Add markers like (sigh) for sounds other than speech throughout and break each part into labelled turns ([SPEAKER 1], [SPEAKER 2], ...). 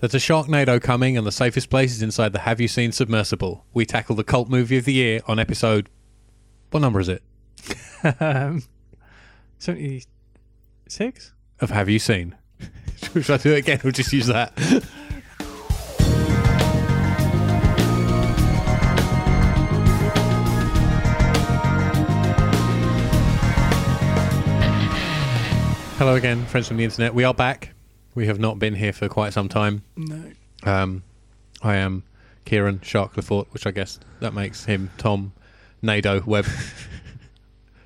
[SPEAKER 1] There's a Sharknado coming, and the safest place is inside the Have You Seen Submersible. We tackle the cult movie of the year on episode. What number is it?
[SPEAKER 2] Um, 76?
[SPEAKER 1] Of Have You Seen? (laughs) Should I do it again or just use that? Hello again, friends from the internet. We are back. We have not been here for quite some time.
[SPEAKER 2] No.
[SPEAKER 1] Um, I am Kieran Shark Lefort, which I guess that makes him Tom Nado
[SPEAKER 2] (laughs)
[SPEAKER 1] Webb.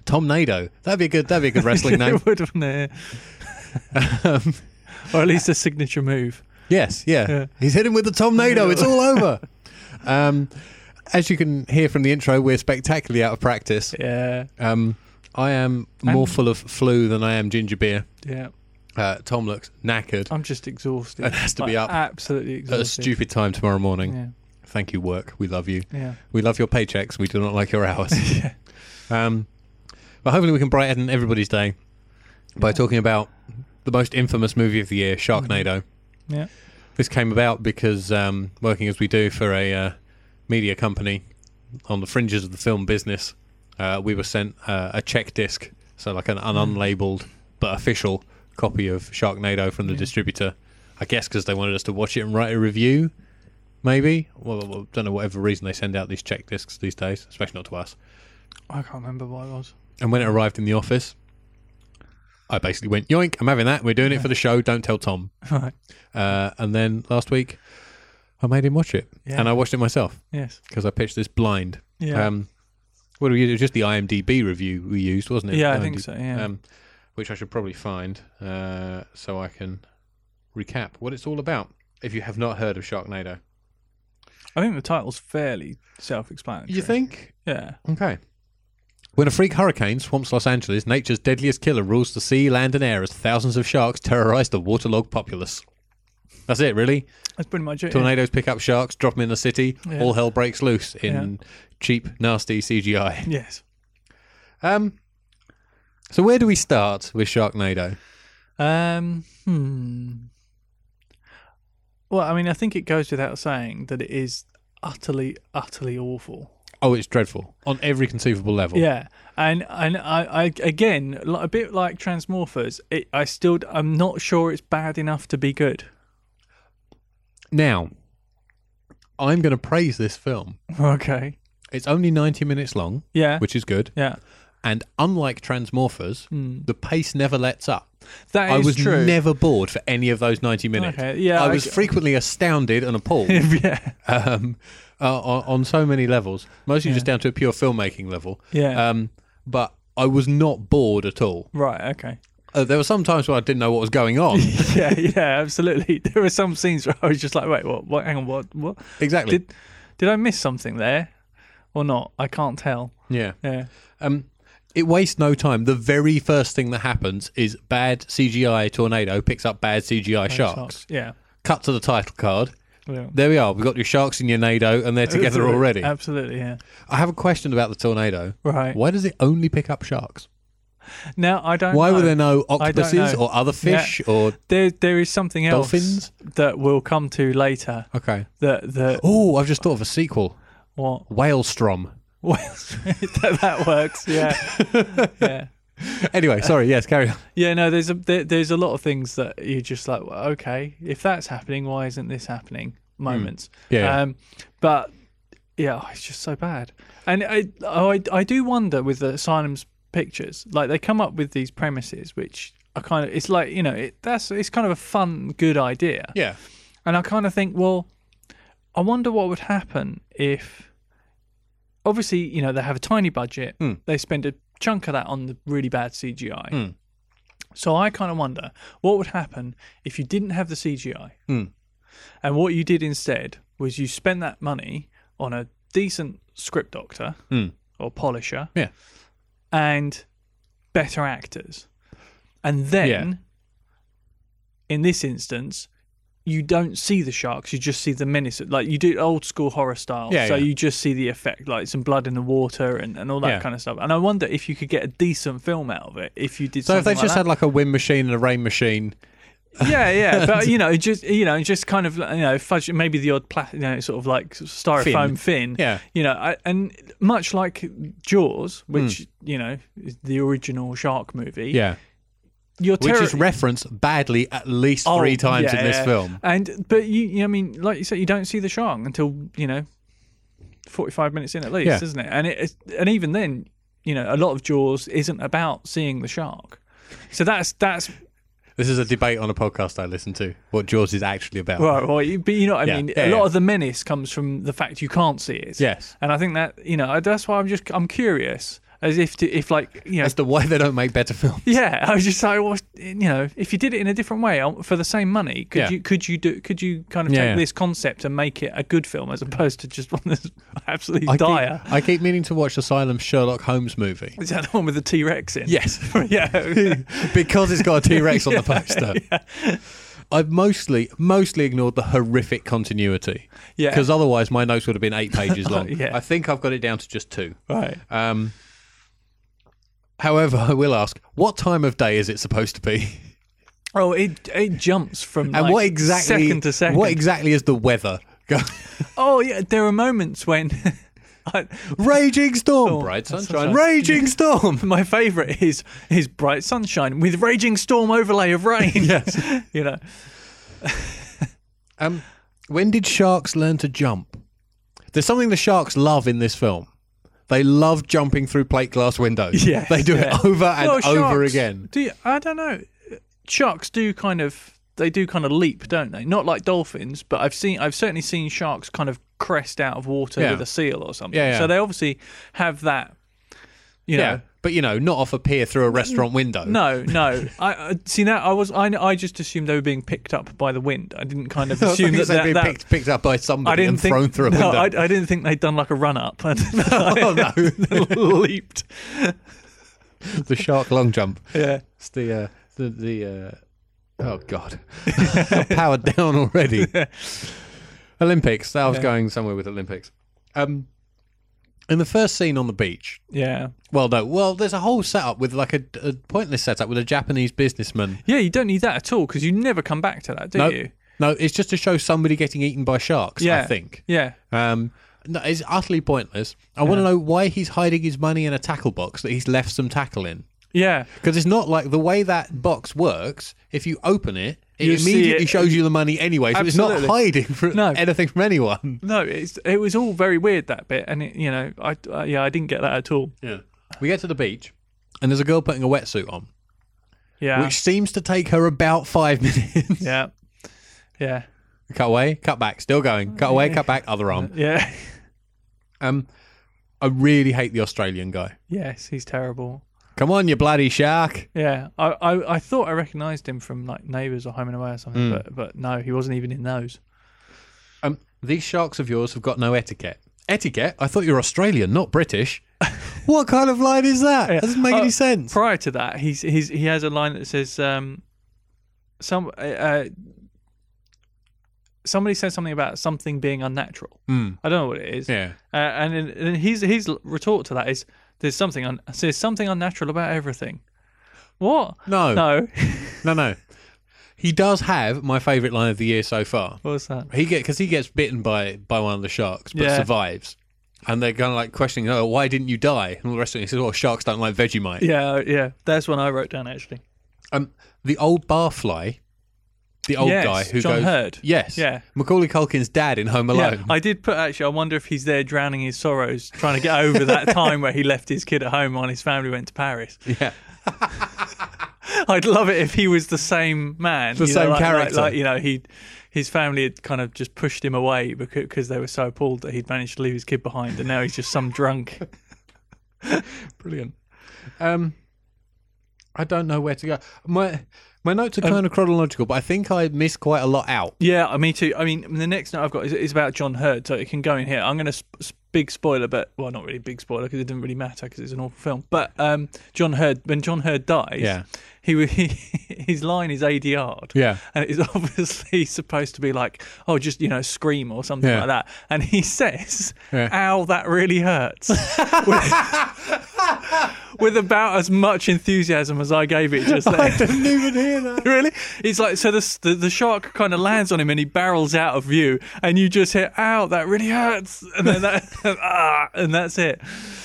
[SPEAKER 1] Tom Nado. That'd be a good. That'd be a good
[SPEAKER 2] (laughs)
[SPEAKER 1] wrestling name.
[SPEAKER 2] it would, wouldn't it?
[SPEAKER 1] Um,
[SPEAKER 2] (laughs) Or at least a signature move.
[SPEAKER 1] yes. Yeah.
[SPEAKER 2] Yeah.
[SPEAKER 1] He's hit him with the Tom Nado. It's all over. Um, as you can hear from the intro, we're spectacularly out of practice.
[SPEAKER 2] Yeah.
[SPEAKER 1] Um, I am more
[SPEAKER 2] I'm-
[SPEAKER 1] full of flu than I am ginger beer.
[SPEAKER 2] Yeah.
[SPEAKER 1] Uh, Tom looks knackered.
[SPEAKER 2] I'm just exhausted.
[SPEAKER 1] It has to be
[SPEAKER 2] Like,
[SPEAKER 1] up
[SPEAKER 2] Absolutely exhausted.
[SPEAKER 1] at a stupid time tomorrow morning.
[SPEAKER 2] Oh, Yeah.
[SPEAKER 1] Thank you, work. We love you.
[SPEAKER 2] Yeah.
[SPEAKER 1] We love your paychecks. We do not like your hours. um, but hopefully, we can brighten everybody's day by talking about the most infamous movie of the year, Sharknado.
[SPEAKER 2] Yeah.
[SPEAKER 1] This came about because um, working as we do for a uh, media company on the fringes of the film business, uh, we were sent uh, a check disc, so like an, an unlabeled but official copy of Sharknado from the distributor. I guess because they wanted us to watch it and write a review, maybe. Well, I don't know whatever reason they send out these check discs these days, especially not to us.
[SPEAKER 2] I can't remember what it was. (laughs)
[SPEAKER 1] And when it arrived in the office, I basically went, "Yoink! I'm having that. We're doing it for the show. Don't tell Tom."
[SPEAKER 2] Right.
[SPEAKER 1] Uh, and then last week, I made him watch it,
[SPEAKER 2] Yeah.
[SPEAKER 1] and I watched it myself
[SPEAKER 2] Yes.
[SPEAKER 1] because I pitched this blind.
[SPEAKER 2] Yeah.
[SPEAKER 1] Um, what do we use? It was just the IMDb review we used, wasn't it?
[SPEAKER 2] yeah, I
[SPEAKER 1] IMDb,
[SPEAKER 2] think so. Yeah.
[SPEAKER 1] Um, which I should probably find uh, so I can recap what it's all about. If you have not heard of Sharknado,
[SPEAKER 2] I think the title's fairly self-explanatory.
[SPEAKER 1] you think
[SPEAKER 2] Yeah.
[SPEAKER 1] Okay. When a freak hurricane swamps Los Angeles, nature's deadliest killer rules the sea, land, and air as thousands of sharks terrorize the waterlogged populace. That's it, really.
[SPEAKER 2] That's pretty much it. yeah.
[SPEAKER 1] Tornadoes pick up sharks, drop them in the city.
[SPEAKER 2] Yeah.
[SPEAKER 1] All hell breaks loose in cheap, nasty CGI.
[SPEAKER 2] Yes.
[SPEAKER 1] Um, so where do we start with Sharknado?
[SPEAKER 2] Um, hmm. Well, I mean, I think it goes without saying that it is utterly, utterly awful.
[SPEAKER 1] Oh, it's dreadful on every conceivable level.
[SPEAKER 2] Yeah, and and I, I again, li- a bit like Transmorphers, it, I still, I'm not sure it's bad enough to be good.
[SPEAKER 1] (laughs) Now, I'm going to praise this film.
[SPEAKER 2] Okay.
[SPEAKER 1] It's only 90 minutes long,
[SPEAKER 2] Yeah.
[SPEAKER 1] which is good.
[SPEAKER 2] yeah.
[SPEAKER 1] And unlike Transmorphers,
[SPEAKER 2] Hmm.
[SPEAKER 1] the pace never lets up.
[SPEAKER 2] That is
[SPEAKER 1] I was
[SPEAKER 2] true.
[SPEAKER 1] never bored for any of those 90 minutes.
[SPEAKER 2] Okay, yeah,
[SPEAKER 1] I
[SPEAKER 2] I
[SPEAKER 1] was
[SPEAKER 2] g-
[SPEAKER 1] frequently astounded and appalled
[SPEAKER 2] (laughs) yeah.
[SPEAKER 1] um, uh, on, on so many levels, mostly just down to a pure filmmaking level.
[SPEAKER 2] Yeah.
[SPEAKER 1] Um, but I was not bored at all.
[SPEAKER 2] Right.
[SPEAKER 1] (laughs)
[SPEAKER 2] Okay.
[SPEAKER 1] Uh, there were some times where I didn't know what was going on.
[SPEAKER 2] (laughs) Yeah. Yeah. Absolutely. (laughs) There were some scenes where I was just like, wait, what? What? Hang on. What? What?
[SPEAKER 1] exactly.
[SPEAKER 2] Did did I miss something there, or not? I can't tell.
[SPEAKER 1] yeah.
[SPEAKER 2] Yeah.
[SPEAKER 1] Um, it wastes no time. The very first thing that happens is bad CGI tornado picks up bad CGI sharks.
[SPEAKER 2] Yeah.
[SPEAKER 1] Cut to the title card.
[SPEAKER 2] Yeah.
[SPEAKER 1] There we are. We've got your sharks in your nado, and they're together already.
[SPEAKER 2] Absolutely, yeah.
[SPEAKER 1] I have a question about the tornado.
[SPEAKER 2] Right.
[SPEAKER 1] Why does it only pick up sharks?
[SPEAKER 2] Now I don't.
[SPEAKER 1] Why
[SPEAKER 2] know.
[SPEAKER 1] were there no
[SPEAKER 2] I don't
[SPEAKER 1] octopuses
[SPEAKER 2] know.
[SPEAKER 1] or other fish or
[SPEAKER 2] There, there is something else
[SPEAKER 1] Dolphins?
[SPEAKER 2] that we'll come to later.
[SPEAKER 1] okay?
[SPEAKER 2] That that
[SPEAKER 1] Oh, I've just thought of a sequel.
[SPEAKER 2] what? (laughs)
[SPEAKER 1] Whalestrom.
[SPEAKER 2] Well, that, that works. Yeah, yeah,
[SPEAKER 1] Anyway, sorry. Yes, carry on.
[SPEAKER 2] yeah. No, there's a there, there's a lot of things that you're just like, well, okay, if that's happening, why isn't this happening? Moments.
[SPEAKER 1] Hmm. Yeah, yeah.
[SPEAKER 2] Um, but yeah, oh, it's just so bad. And I, oh, I I do wonder with the Asylum's pictures, like they come up with these premises which. are kind of, it's like you know, it, that's it's kind of a fun, good idea. (laughs)
[SPEAKER 1] Yeah,
[SPEAKER 2] And I kind of think, well, I wonder what would happen if, obviously, you know, they have a tiny budget, they spend a chunk of that on the really bad CGI. So I kind of wonder what would happen if you didn't have the CGI, and what you did instead was you spent that money on a decent script doctor or polisher,
[SPEAKER 1] Yeah.
[SPEAKER 2] and better actors, and then. In this instance, you don't see the sharks, you just see the menace. Like you do old school horror style.
[SPEAKER 1] Yeah,
[SPEAKER 2] so
[SPEAKER 1] yeah.
[SPEAKER 2] you just see the effect, like some blood in the water and, and all that
[SPEAKER 1] Yeah.
[SPEAKER 2] kind of stuff. And I wonder if you could get a decent film out of it if you did
[SPEAKER 1] So if
[SPEAKER 2] something
[SPEAKER 1] they just
[SPEAKER 2] like
[SPEAKER 1] had like a wind machine and a rain machine,
[SPEAKER 2] yeah,
[SPEAKER 1] (laughs)
[SPEAKER 2] yeah, but you know, it just you know, it just kind of you know, fudge maybe the odd pla- you know, sort of like styrofoam fin,
[SPEAKER 1] Yeah. Hmm.
[SPEAKER 2] you know, I, and much like Jaws, which you know is the original shark movie,
[SPEAKER 1] Yeah.
[SPEAKER 2] you're
[SPEAKER 1] Which
[SPEAKER 2] terri-
[SPEAKER 1] is referenced badly at least
[SPEAKER 2] Oh,
[SPEAKER 1] three times in this
[SPEAKER 2] yeah.
[SPEAKER 1] film.
[SPEAKER 2] and but you, you, I mean, like you said, you don't see the shark until you know, forty-five minutes in at least,
[SPEAKER 1] Yeah.
[SPEAKER 2] isn't it? And it, it's- and even then, you know, a lot of Jaws isn't about seeing the shark, so that's that's
[SPEAKER 1] This is a debate on a podcast I listen to. What Jaws is actually about.
[SPEAKER 2] Right, well, you- but you know what I
[SPEAKER 1] Yeah,
[SPEAKER 2] mean.
[SPEAKER 1] yeah,
[SPEAKER 2] a lot
[SPEAKER 1] yeah.
[SPEAKER 2] of the menace comes from the fact you can't see it.
[SPEAKER 1] Yes.
[SPEAKER 2] and I think that you know I- that's why I'm just I'm curious as if to, if like you know
[SPEAKER 1] As to why they don't make better films.
[SPEAKER 2] yeah I was just like well you know if you did it in a different way um, for the same money could
[SPEAKER 1] Yeah.
[SPEAKER 2] you could you do could you kind of
[SPEAKER 1] Yeah,
[SPEAKER 2] take
[SPEAKER 1] yeah.
[SPEAKER 2] this concept and make it a good film as opposed to just (laughs) one that's absolutely
[SPEAKER 1] I
[SPEAKER 2] dire.
[SPEAKER 1] Keep, I keep meaning to watch Asylum Sherlock Holmes movie.
[SPEAKER 2] Is that the one with the T Rex in?
[SPEAKER 1] Yes.
[SPEAKER 2] (laughs) yeah.
[SPEAKER 1] (laughs) because it's got a T Rex on
[SPEAKER 2] (laughs)
[SPEAKER 1] the poster. I've mostly mostly ignored the horrific continuity.
[SPEAKER 2] Yeah.
[SPEAKER 1] Because otherwise my notes would have been eight
[SPEAKER 2] (laughs)
[SPEAKER 1] pages long.
[SPEAKER 2] Yeah.
[SPEAKER 1] I think I've got it down to just two.
[SPEAKER 2] Right.
[SPEAKER 1] Um, however, (laughs) I will ask, what time of day is it supposed to be?
[SPEAKER 2] (laughs) Oh, it it jumps from
[SPEAKER 1] And
[SPEAKER 2] like,
[SPEAKER 1] what exactly
[SPEAKER 2] second to second.
[SPEAKER 1] What exactly is the weather? (laughs) Go-
[SPEAKER 2] oh yeah, there are moments when. (laughs) I,
[SPEAKER 1] raging storm,
[SPEAKER 2] Oh,
[SPEAKER 1] bright
[SPEAKER 2] that's
[SPEAKER 1] sunshine,
[SPEAKER 2] sunshine. (laughs)
[SPEAKER 1] raging storm.
[SPEAKER 2] My favourite is is bright sunshine with raging storm overlay of rain.
[SPEAKER 1] (laughs) Yes.
[SPEAKER 2] (laughs) you know.
[SPEAKER 1] Um, when did sharks learn to jump? There's something the sharks love in this film. They love jumping through plate glass windows.
[SPEAKER 2] (laughs) Yes,
[SPEAKER 1] they do
[SPEAKER 2] yeah.
[SPEAKER 1] it over and
[SPEAKER 2] Well,
[SPEAKER 1] over
[SPEAKER 2] sharks
[SPEAKER 1] again.
[SPEAKER 2] Do you, I don't know. Sharks do kind of they do kind of leap, don't they? Not like dolphins, but I've seen I've certainly seen sharks kind of crest out of water
[SPEAKER 1] Yeah.
[SPEAKER 2] with a seal or something.
[SPEAKER 1] Yeah, yeah.
[SPEAKER 2] So they obviously have that. You
[SPEAKER 1] Yeah,
[SPEAKER 2] know.
[SPEAKER 1] but you know, not off a pier through a restaurant window. (laughs)
[SPEAKER 2] No, no. I I- see now. I was. I, I just assumed they were being picked up by the wind. I didn't kind
[SPEAKER 1] (laughs)
[SPEAKER 2] of
[SPEAKER 1] I thought
[SPEAKER 2] assume
[SPEAKER 1] you
[SPEAKER 2] that,
[SPEAKER 1] said
[SPEAKER 2] that,
[SPEAKER 1] being
[SPEAKER 2] that-
[SPEAKER 1] picked, picked up by
[SPEAKER 2] I
[SPEAKER 1] somebody
[SPEAKER 2] didn't
[SPEAKER 1] and
[SPEAKER 2] think
[SPEAKER 1] thrown through a
[SPEAKER 2] no,
[SPEAKER 1] window.
[SPEAKER 2] I, I didn't think they'd done like a
[SPEAKER 1] (laughs)
[SPEAKER 2] run up. (laughs) oh (laughs)
[SPEAKER 1] no.
[SPEAKER 2] leaped.
[SPEAKER 1] the shark long jump.
[SPEAKER 2] Yeah.
[SPEAKER 1] It's the uh, the the uh, oh god, (laughs) powered down
[SPEAKER 2] (laughs)
[SPEAKER 1] already. Olympics. I was
[SPEAKER 2] Yeah.
[SPEAKER 1] going somewhere with Olympics. Um, in the first scene on the beach.
[SPEAKER 2] Yeah.
[SPEAKER 1] Well, no. Well, there's a whole setup with like a, a pointless setup with a Japanese businessman.
[SPEAKER 2] Yeah, you don't need that at all because you never come back to that, do
[SPEAKER 1] No,
[SPEAKER 2] you?
[SPEAKER 1] no, it's just to show somebody getting eaten by sharks. I
[SPEAKER 2] Yeah.
[SPEAKER 1] think.
[SPEAKER 2] Yeah.
[SPEAKER 1] Um, no, it's utterly pointless. I want to know why he's hiding his money in a tackle box that he's left some tackle in.
[SPEAKER 2] Yeah.
[SPEAKER 1] Because it's not like the way that box works. If you open it, it
[SPEAKER 2] You see
[SPEAKER 1] immediately
[SPEAKER 2] it.
[SPEAKER 1] shows you the money anyway. So it's
[SPEAKER 2] Absolutely.
[SPEAKER 1] not hiding from
[SPEAKER 2] No.
[SPEAKER 1] anything from anyone.
[SPEAKER 2] No, it's it was all very weird that bit, and it, you know, I uh, yeah, I didn't get that at all.
[SPEAKER 1] Yeah. We get to the beach, and there's a girl putting a wetsuit on,
[SPEAKER 2] Yeah.
[SPEAKER 1] which seems to take her about five (laughs) minutes.
[SPEAKER 2] yeah. Yeah.
[SPEAKER 1] cut away, cut back, still going. Cut away, cut back, other arm.
[SPEAKER 2] Oh, Yeah. (laughs)
[SPEAKER 1] Um, I really hate the Australian guy.
[SPEAKER 2] yes, he's terrible.
[SPEAKER 1] Come on, you bloody shark!
[SPEAKER 2] Yeah, I, I, I thought I recognised him from like Neighbours or Home and Away or something,
[SPEAKER 1] Hmm.
[SPEAKER 2] but but no, he wasn't even in those.
[SPEAKER 1] Um, these sharks of yours have got no etiquette. Etiquette? I thought you were Australian, not British. (laughs) what kind of line is that? That doesn't make
[SPEAKER 2] Oh,
[SPEAKER 1] any sense.
[SPEAKER 2] Prior to that, he's he's he has a line that says um, some uh, uh, somebody says something about something being unnatural.
[SPEAKER 1] Hmm.
[SPEAKER 2] I don't know what it is.
[SPEAKER 1] Yeah.
[SPEAKER 2] Uh, and then- and then his his retort to that is there's something un- there's something unnatural about everything. What?
[SPEAKER 1] No.
[SPEAKER 2] No. (laughs)
[SPEAKER 1] No, no. He does have my favourite line of the year so far.
[SPEAKER 2] What's that?
[SPEAKER 1] He get because he gets bitten by by one of the sharks, but
[SPEAKER 2] Yeah.
[SPEAKER 1] survives. And they're kind of like questioning, "Oh, why didn't you die?" And all the rest of it. He says, "Oh, sharks don't like Vegemite."
[SPEAKER 2] Yeah, yeah. That's one I wrote down actually.
[SPEAKER 1] Um, the old barfly, the old
[SPEAKER 2] Yes,
[SPEAKER 1] guy who
[SPEAKER 2] John
[SPEAKER 1] goes,
[SPEAKER 2] Hurd.
[SPEAKER 1] "Yes,
[SPEAKER 2] Yeah.
[SPEAKER 1] Macaulay Culkin's dad in Home Alone." (laughs)
[SPEAKER 2] Yeah, I did put actually. I wonder if he's there drowning his sorrows, trying to get
[SPEAKER 1] (laughs)
[SPEAKER 2] over that time where he left his kid at home while his family went to Paris.
[SPEAKER 1] yeah.
[SPEAKER 2] (laughs) I'd love it if he was the same man, the
[SPEAKER 1] same
[SPEAKER 2] like, like-
[SPEAKER 1] character.
[SPEAKER 2] Like, you know, he his family had kind of just pushed him away because, because they were so appalled that he'd managed to leave his kid behind, and now he's just some drunk.
[SPEAKER 1] (laughs) Brilliant. Um, I don't know where to go. My my notes are kind of chronological, but I think I missed quite a lot (laughs) out.
[SPEAKER 2] Yeah, uh, me too. I mean, the next note I've got is, is about John Hurd, so it can go in here. I'm going to sp- sp- big spoiler, but well, not really big spoiler because it didn't really matter because it's an awful film. But um, John Hurd, when John Hurd dies,
[SPEAKER 1] Yeah.
[SPEAKER 2] he, w- (laughs) he his line is ADR'd,
[SPEAKER 1] Yeah.
[SPEAKER 2] and it's (laughs) obviously supposed to be like, oh, just you know, scream or something
[SPEAKER 1] Yeah.
[SPEAKER 2] like that, and he says,
[SPEAKER 1] Yeah. (laughs)
[SPEAKER 2] "Ow, that really hurts," which, (laughs) with about as much enthusiasm as I gave
[SPEAKER 1] (laughs)
[SPEAKER 2] it just then.
[SPEAKER 1] didn't even hear that.
[SPEAKER 2] (laughs) really? It's like so the the, the shark kind of lands on him and he barrels out of view, and you just hear "ow, that really hurts," (laughs) and then that ah, and that's it.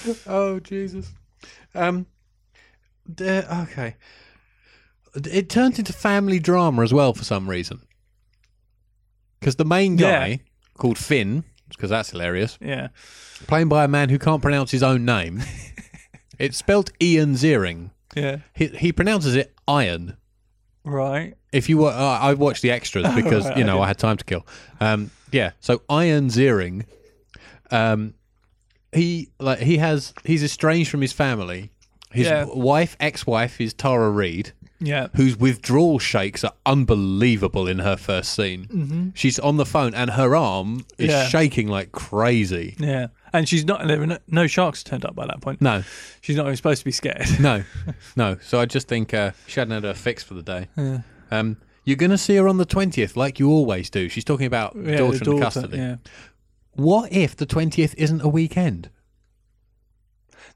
[SPEAKER 1] (laughs) Oh Jesus. Um. d- okay. It turned into family drama as well for some reason. Because the main guy
[SPEAKER 2] Yeah.
[SPEAKER 1] called Finn, because that's hilarious,
[SPEAKER 2] Yeah,
[SPEAKER 1] playing by a man who can't pronounce his own (laughs) name. it's spelt Ian Ziering.
[SPEAKER 2] yeah,
[SPEAKER 1] He, he pronounces it Iron.
[SPEAKER 2] right.
[SPEAKER 1] If you were, uh, I watched the extras
[SPEAKER 2] (laughs)
[SPEAKER 1] because
[SPEAKER 2] right,
[SPEAKER 1] you know I had time to kill. Um, yeah, so Iron Ziering, um, he like he has he's estranged from his family. His
[SPEAKER 2] Yeah.
[SPEAKER 1] w- wife, ex-wife, is Tara Reid,
[SPEAKER 2] Yeah,
[SPEAKER 1] whose withdrawal shakes are unbelievable in her first scene. She's on the phone and her arm is
[SPEAKER 2] Mm-hmm. Yeah.
[SPEAKER 1] shaking like crazy.
[SPEAKER 2] yeah. And she's not. There were no, no sharks turned up by that point.
[SPEAKER 1] No,
[SPEAKER 2] She's not even supposed to be scared. (laughs)
[SPEAKER 1] No, no. So I just think uh, she hadn't had her fix for the day. Um, you're going to see her on the 20th, like you always do. She's talking about
[SPEAKER 2] Yeah,
[SPEAKER 1] daughter,
[SPEAKER 2] the
[SPEAKER 1] in
[SPEAKER 2] daughter,
[SPEAKER 1] custody.
[SPEAKER 2] Yeah,
[SPEAKER 1] What if the 20th isn't a weekend?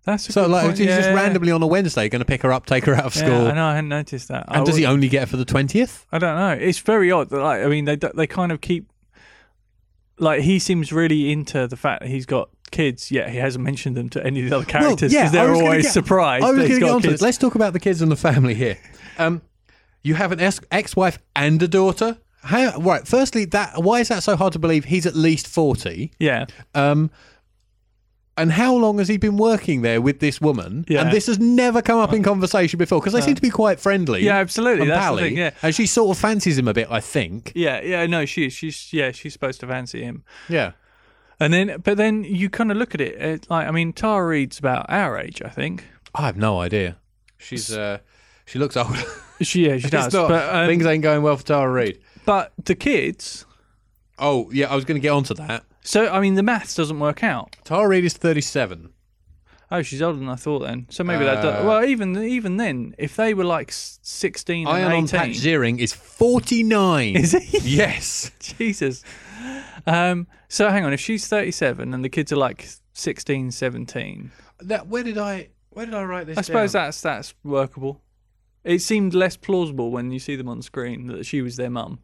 [SPEAKER 2] that's a
[SPEAKER 1] So,
[SPEAKER 2] good
[SPEAKER 1] like,
[SPEAKER 2] point.
[SPEAKER 1] he's just
[SPEAKER 2] yeah.
[SPEAKER 1] randomly on a Wednesday going to pick her up, take her out of
[SPEAKER 2] Yeah,
[SPEAKER 1] school.
[SPEAKER 2] I know. I hadn't noticed that. I
[SPEAKER 1] and does
[SPEAKER 2] would-
[SPEAKER 1] he only get her for the 20th?
[SPEAKER 2] I don't know. It's very odd. That, like, I mean, they they kind of keep like he seems really into the fact that he's got kids, yet he hasn't mentioned them to any of the other characters
[SPEAKER 1] yeah,
[SPEAKER 2] because
[SPEAKER 1] I
[SPEAKER 2] they're
[SPEAKER 1] was gonna
[SPEAKER 2] always
[SPEAKER 1] get-
[SPEAKER 2] surprised.
[SPEAKER 1] I was
[SPEAKER 2] that
[SPEAKER 1] going
[SPEAKER 2] he's
[SPEAKER 1] to get
[SPEAKER 2] got
[SPEAKER 1] onto
[SPEAKER 2] kids.
[SPEAKER 1] this. Let's talk about the kids and the family here. Um, you have an ex- ex-wife and a daughter. How, right. Firstly, that why is that so hard to believe? He's at least 40.
[SPEAKER 2] Yeah,
[SPEAKER 1] Um, and how long has he been working there with this woman?
[SPEAKER 2] Yeah.
[SPEAKER 1] And this has never come up in conversation before because they seem to be quite friendly.
[SPEAKER 2] yeah, absolutely.
[SPEAKER 1] and
[SPEAKER 2] That's
[SPEAKER 1] pally.
[SPEAKER 2] the thing. Yeah,
[SPEAKER 1] And she sort of fancies him a bit, I think.
[SPEAKER 2] yeah, yeah. No, she is. She's yeah. She's supposed to fancy him.
[SPEAKER 1] Yeah.
[SPEAKER 2] And then, but then you kind of look at it. It's like, I mean, Tara Reid's about our age, I think.
[SPEAKER 1] I have no idea. She's uh, she looks old. (laughs)
[SPEAKER 2] She yeah, she does.
[SPEAKER 1] It's not-
[SPEAKER 2] but um,
[SPEAKER 1] things ain't going well for Tara Reid.
[SPEAKER 2] but the kids.
[SPEAKER 1] Oh yeah, I was going to get onto that.
[SPEAKER 2] So I mean, the maths doesn't work out.
[SPEAKER 1] Tara Reid is thirty-seven.
[SPEAKER 2] Oh, she's older than I thought then. So maybe that.
[SPEAKER 1] Uh,
[SPEAKER 2] Does, well, even even then, if they were like s- sixteen and
[SPEAKER 1] Iron on Pat
[SPEAKER 2] eighteen,
[SPEAKER 1] Ziering is forty-nine.
[SPEAKER 2] Is he?
[SPEAKER 1] (laughs) Yes.
[SPEAKER 2] (laughs) Jesus. Um, so hang on, if she's thirty-seven and the kids are like 16, 17,
[SPEAKER 1] That where did I where did I write this?
[SPEAKER 2] I suppose that's that's workable. It seemed less plausible when you see them on screen that she was their mum.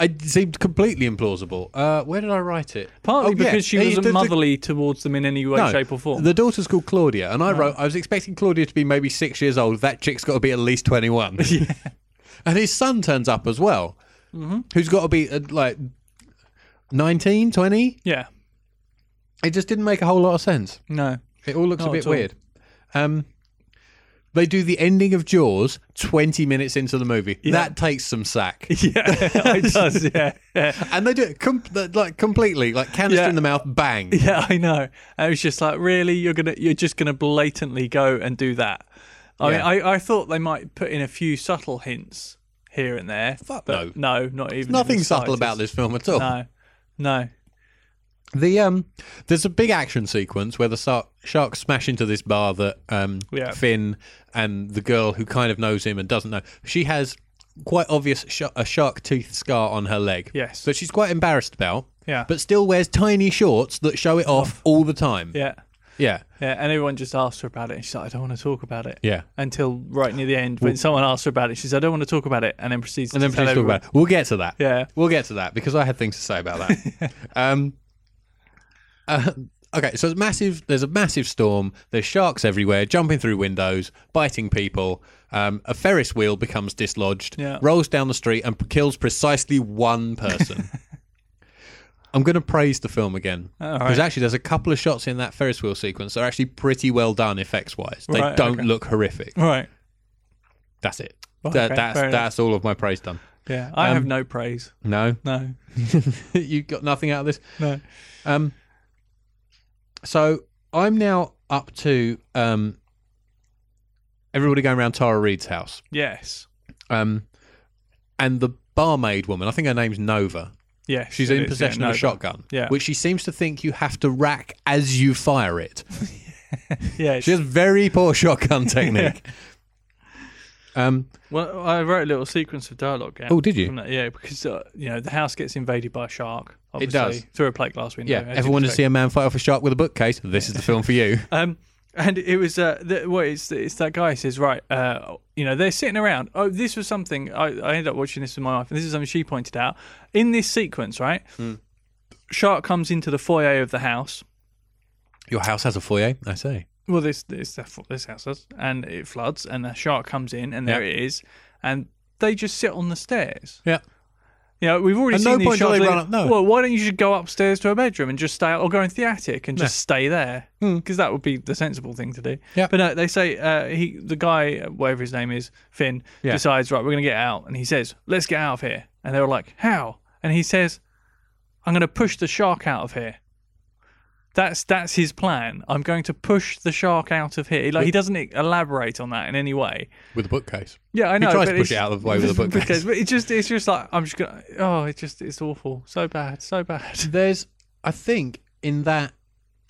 [SPEAKER 1] It seemed completely implausible. Uh, where did I write it?
[SPEAKER 2] Partly
[SPEAKER 1] Oh, yeah.
[SPEAKER 2] because
[SPEAKER 1] Uh,
[SPEAKER 2] she wasn't
[SPEAKER 1] the- the-
[SPEAKER 2] motherly towards them in any way,
[SPEAKER 1] no,
[SPEAKER 2] shape, or form.
[SPEAKER 1] The daughter's called Claudia, and I wrote, I was expecting Claudia to be maybe six years old. That chick's got to be at least 21.
[SPEAKER 2] (laughs) Yeah. Mm-hmm.
[SPEAKER 1] And his son turns up as well, who's got to be uh, like 19, 20.
[SPEAKER 2] yeah.
[SPEAKER 1] It just didn't make a whole lot of sense. (laughs)
[SPEAKER 2] No.
[SPEAKER 1] It all looks a
[SPEAKER 2] Not
[SPEAKER 1] bit
[SPEAKER 2] at all.
[SPEAKER 1] weird. Um, they do the ending of Jaws 20 minutes into the movie. That takes some sack.
[SPEAKER 2] (laughs) Yeah. it does. Yeah. yeah.
[SPEAKER 1] and they do it com- like completely, like canister
[SPEAKER 2] Yeah.
[SPEAKER 1] in the mouth, bang.
[SPEAKER 2] (laughs) Yeah, I know. I was just like, really, you're gonna, you're just gonna blatantly go and do that. I
[SPEAKER 1] Yeah.
[SPEAKER 2] mean, I, I thought they might put in a few subtle hints here and there.
[SPEAKER 1] Fuck
[SPEAKER 2] but no, not even in
[SPEAKER 1] Nothing
[SPEAKER 2] the
[SPEAKER 1] subtle
[SPEAKER 2] slightest.
[SPEAKER 1] about this film at all.
[SPEAKER 2] No, no,
[SPEAKER 1] The um, there's a big action sequence where the shark, sharks smash into this bar that um,
[SPEAKER 2] Yeah.
[SPEAKER 1] Finn and the girl who kind of knows him and doesn't know. She has quite obvious sh- a shark tooth scar on her leg.
[SPEAKER 2] Yes.
[SPEAKER 1] that she's quite embarrassed about.
[SPEAKER 2] Yeah.
[SPEAKER 1] but still wears tiny shorts that show it off all the time.
[SPEAKER 2] yeah,
[SPEAKER 1] yeah,
[SPEAKER 2] yeah. And everyone just asked her about it, and she's like, I don't want to talk about it.
[SPEAKER 1] Yeah.
[SPEAKER 2] Until right near the end, when someone asked her about it, she says, I don't want to talk about it, and then proceeds
[SPEAKER 1] and
[SPEAKER 2] to
[SPEAKER 1] then
[SPEAKER 2] tell
[SPEAKER 1] please talk
[SPEAKER 2] everyone.
[SPEAKER 1] about. It. We'll get to that.
[SPEAKER 2] Yeah.
[SPEAKER 1] we'll get to that because I had things to say about
[SPEAKER 2] (laughs)
[SPEAKER 1] that. um, uh, okay, so it's massive. There's a massive storm. There's sharks everywhere, jumping through windows, biting people. Um, a Ferris wheel becomes dislodged,
[SPEAKER 2] Yeah.
[SPEAKER 1] rolls down the street, and p- kills precisely one person.
[SPEAKER 2] (laughs)
[SPEAKER 1] I'm going to praise the film again
[SPEAKER 2] All
[SPEAKER 1] because actually, there's a couple of shots in that Ferris wheel sequence that are actually pretty well done effects wise. They
[SPEAKER 2] Right,
[SPEAKER 1] don't
[SPEAKER 2] okay.
[SPEAKER 1] look horrific.
[SPEAKER 2] Right.
[SPEAKER 1] That's it.
[SPEAKER 2] Right,
[SPEAKER 1] That-
[SPEAKER 2] okay, fair
[SPEAKER 1] that's
[SPEAKER 2] enough.
[SPEAKER 1] that's all of my praise done.
[SPEAKER 2] Yeah. I
[SPEAKER 1] Um,
[SPEAKER 2] have no praise.
[SPEAKER 1] No, (laughs)
[SPEAKER 2] No.
[SPEAKER 1] you got nothing out of this.
[SPEAKER 2] No.
[SPEAKER 1] Um, so I'm now up to um, everybody going around Tara Reid's house,
[SPEAKER 2] Yes.
[SPEAKER 1] um, and the barmaid woman. I think her name's Nova.
[SPEAKER 2] Yes.
[SPEAKER 1] She's
[SPEAKER 2] it
[SPEAKER 1] in
[SPEAKER 2] is,
[SPEAKER 1] possession
[SPEAKER 2] yeah,
[SPEAKER 1] of
[SPEAKER 2] no,
[SPEAKER 1] a shotgun,
[SPEAKER 2] Yeah.
[SPEAKER 1] which she seems to think you have to rack as you fire it.
[SPEAKER 2] Yeah.
[SPEAKER 1] She has very poor (laughs) shotgun
[SPEAKER 2] (laughs)
[SPEAKER 1] technique. Um,
[SPEAKER 2] Well, I wrote a little sequence of dialogue. Out
[SPEAKER 1] Oh, did you?
[SPEAKER 2] from that, Yeah, because uh, you know the house gets invaded by a shark. Obviously,
[SPEAKER 1] does.
[SPEAKER 2] through a plate glass window.
[SPEAKER 1] yeah,
[SPEAKER 2] as you'd
[SPEAKER 1] ever wanted to
[SPEAKER 2] expect. (laughs)
[SPEAKER 1] see a man fight off a shark with a bookcase? This is the film for you.
[SPEAKER 2] Um, And it was uh, the, what it's, it's that guy says right, uh, you know they're sitting around. Oh, this was something I, I ended up watching this with my wife, and this is something she pointed out in this sequence. Right,
[SPEAKER 1] Hmm.
[SPEAKER 2] shark comes into the foyer of the house.
[SPEAKER 1] Your house has a foyer, I say.
[SPEAKER 2] Well, this this this house does, and it floods, and the shark comes in, and there
[SPEAKER 1] Yeah.
[SPEAKER 2] it is, and they just sit on the stairs.
[SPEAKER 1] Yeah.
[SPEAKER 2] You know, we've already
[SPEAKER 1] At
[SPEAKER 2] seen
[SPEAKER 1] no
[SPEAKER 2] these
[SPEAKER 1] point do
[SPEAKER 2] sharks.
[SPEAKER 1] they
[SPEAKER 2] like,
[SPEAKER 1] run up- no.
[SPEAKER 2] Well, why don't you just go upstairs to a bedroom and just stay out, or go into the attic and just stay there because that would be the sensible thing to do.
[SPEAKER 1] Hmm. Yeah.
[SPEAKER 2] But no, they say uh, he, the guy, uh, whatever his name is, Finn,
[SPEAKER 1] Yeah.
[SPEAKER 2] decides right, we're gonna get out, and he says, "Let's get out of here," and they were like, "How?" And he says, "I'm gonna push the shark out of here." That's that's his plan. I'm going to push the shark out of here. Like he doesn't elaborate on that in any way.
[SPEAKER 1] With a bookcase.
[SPEAKER 2] Yeah, I know.
[SPEAKER 1] tries
[SPEAKER 2] but
[SPEAKER 1] to push
[SPEAKER 2] it's-
[SPEAKER 1] it out of the way with a bookcase.
[SPEAKER 2] (laughs) because- But it's just, it's just like I'm just gonna. Oh, it's just, it's awful. So bad, so bad. (laughs)
[SPEAKER 1] There's, I think, in that.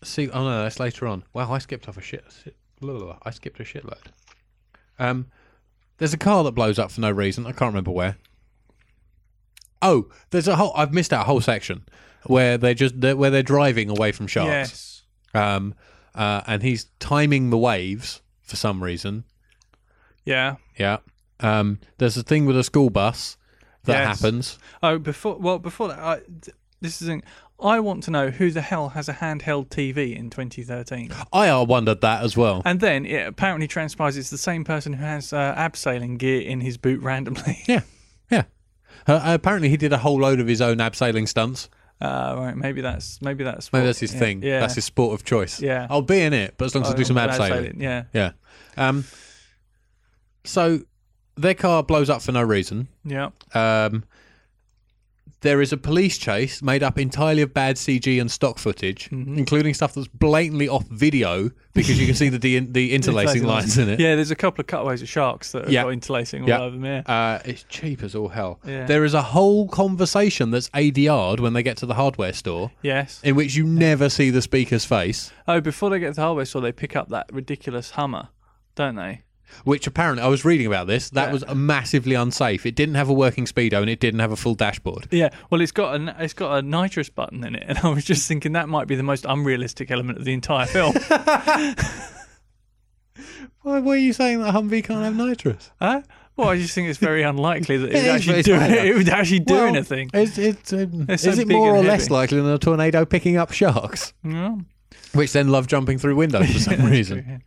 [SPEAKER 1] See, oh no, that's later on. Wow, I skipped off a shit. shit- blah, blah, blah. I skipped a shitload. Um, there's a car that blows up for no reason. I can't remember where. Oh, there's a whole. I've missed out a whole section where they're just they're, where they're driving away from sharks.
[SPEAKER 2] Yes.
[SPEAKER 1] Um, uh, and he's timing the waves for some reason.
[SPEAKER 2] Yeah.
[SPEAKER 1] Yeah. Um, there's a thing with a school bus that
[SPEAKER 2] Yes.
[SPEAKER 1] happens.
[SPEAKER 2] Oh, before well, before that, I, th- this isn't. I want to know who the hell has a handheld TV in 2013.
[SPEAKER 1] I uh, wondered that as well.
[SPEAKER 2] And then it apparently transpires it's the same person who has uh, abseiling gear in his boot randomly. (laughs)
[SPEAKER 1] Yeah, yeah. Uh, apparently, he did a whole load of his own abseiling stunts.
[SPEAKER 2] Uh, right, maybe that's maybe that's
[SPEAKER 1] Maybe
[SPEAKER 2] what-
[SPEAKER 1] that's his
[SPEAKER 2] yeah,
[SPEAKER 1] thing.
[SPEAKER 2] Yeah,
[SPEAKER 1] That's his sport of choice.
[SPEAKER 2] Yeah.
[SPEAKER 1] I'll be in it, but as long as I do some
[SPEAKER 2] Oh,
[SPEAKER 1] abseiling.
[SPEAKER 2] Yeah,
[SPEAKER 1] Yeah. Um. So, their car blows up for no reason.
[SPEAKER 2] yeah.
[SPEAKER 1] Um. There is a police chase made up entirely of bad CG and stock footage,
[SPEAKER 2] Mm-hmm.
[SPEAKER 1] including stuff that's blatantly off video because you can see the
[SPEAKER 2] (laughs)
[SPEAKER 1] de- the interlacing lines in it.
[SPEAKER 2] Yeah, there's a couple of cutaways of sharks that have
[SPEAKER 1] Yeah.
[SPEAKER 2] got interlacing all
[SPEAKER 1] Yeah.
[SPEAKER 2] over them. Yeah.
[SPEAKER 1] Uh, it's cheap as all hell.
[SPEAKER 2] Yeah.
[SPEAKER 1] There is a whole conversation that's ADR'd when they get to the hardware store,
[SPEAKER 2] Yes.
[SPEAKER 1] in which you never see the speaker's face.
[SPEAKER 2] Oh, before they get to the hardware store, they pick up that ridiculous Hummer, don't they?
[SPEAKER 1] Which apparently, I was reading about this. That
[SPEAKER 2] Yeah.
[SPEAKER 1] was massively unsafe. It didn't have a working speedo, and it didn't have a full dashboard.
[SPEAKER 2] Yeah, well, it's got a it's got a nitrous button in it, and (laughs) I was just thinking that might be the most unrealistic element of the entire (laughs) film.
[SPEAKER 1] Why were you saying that Humvee can't have nitrous?
[SPEAKER 2] huh? Well, I just think it's very unlikely that (laughs) it,
[SPEAKER 1] It
[SPEAKER 2] would
[SPEAKER 1] is
[SPEAKER 2] actually
[SPEAKER 1] very
[SPEAKER 2] do
[SPEAKER 1] unlikely.
[SPEAKER 2] it would actually do anything.
[SPEAKER 1] Is, it,
[SPEAKER 2] (laughs)
[SPEAKER 1] um,
[SPEAKER 2] They're
[SPEAKER 1] is
[SPEAKER 2] so
[SPEAKER 1] it
[SPEAKER 2] big
[SPEAKER 1] more or
[SPEAKER 2] and
[SPEAKER 1] less
[SPEAKER 2] heavy.
[SPEAKER 1] likely than a tornado picking up
[SPEAKER 2] (laughs)
[SPEAKER 1] sharks,
[SPEAKER 2] Yeah.
[SPEAKER 1] which then love jumping through windows for
[SPEAKER 2] (laughs)
[SPEAKER 1] some reason?
[SPEAKER 2] true,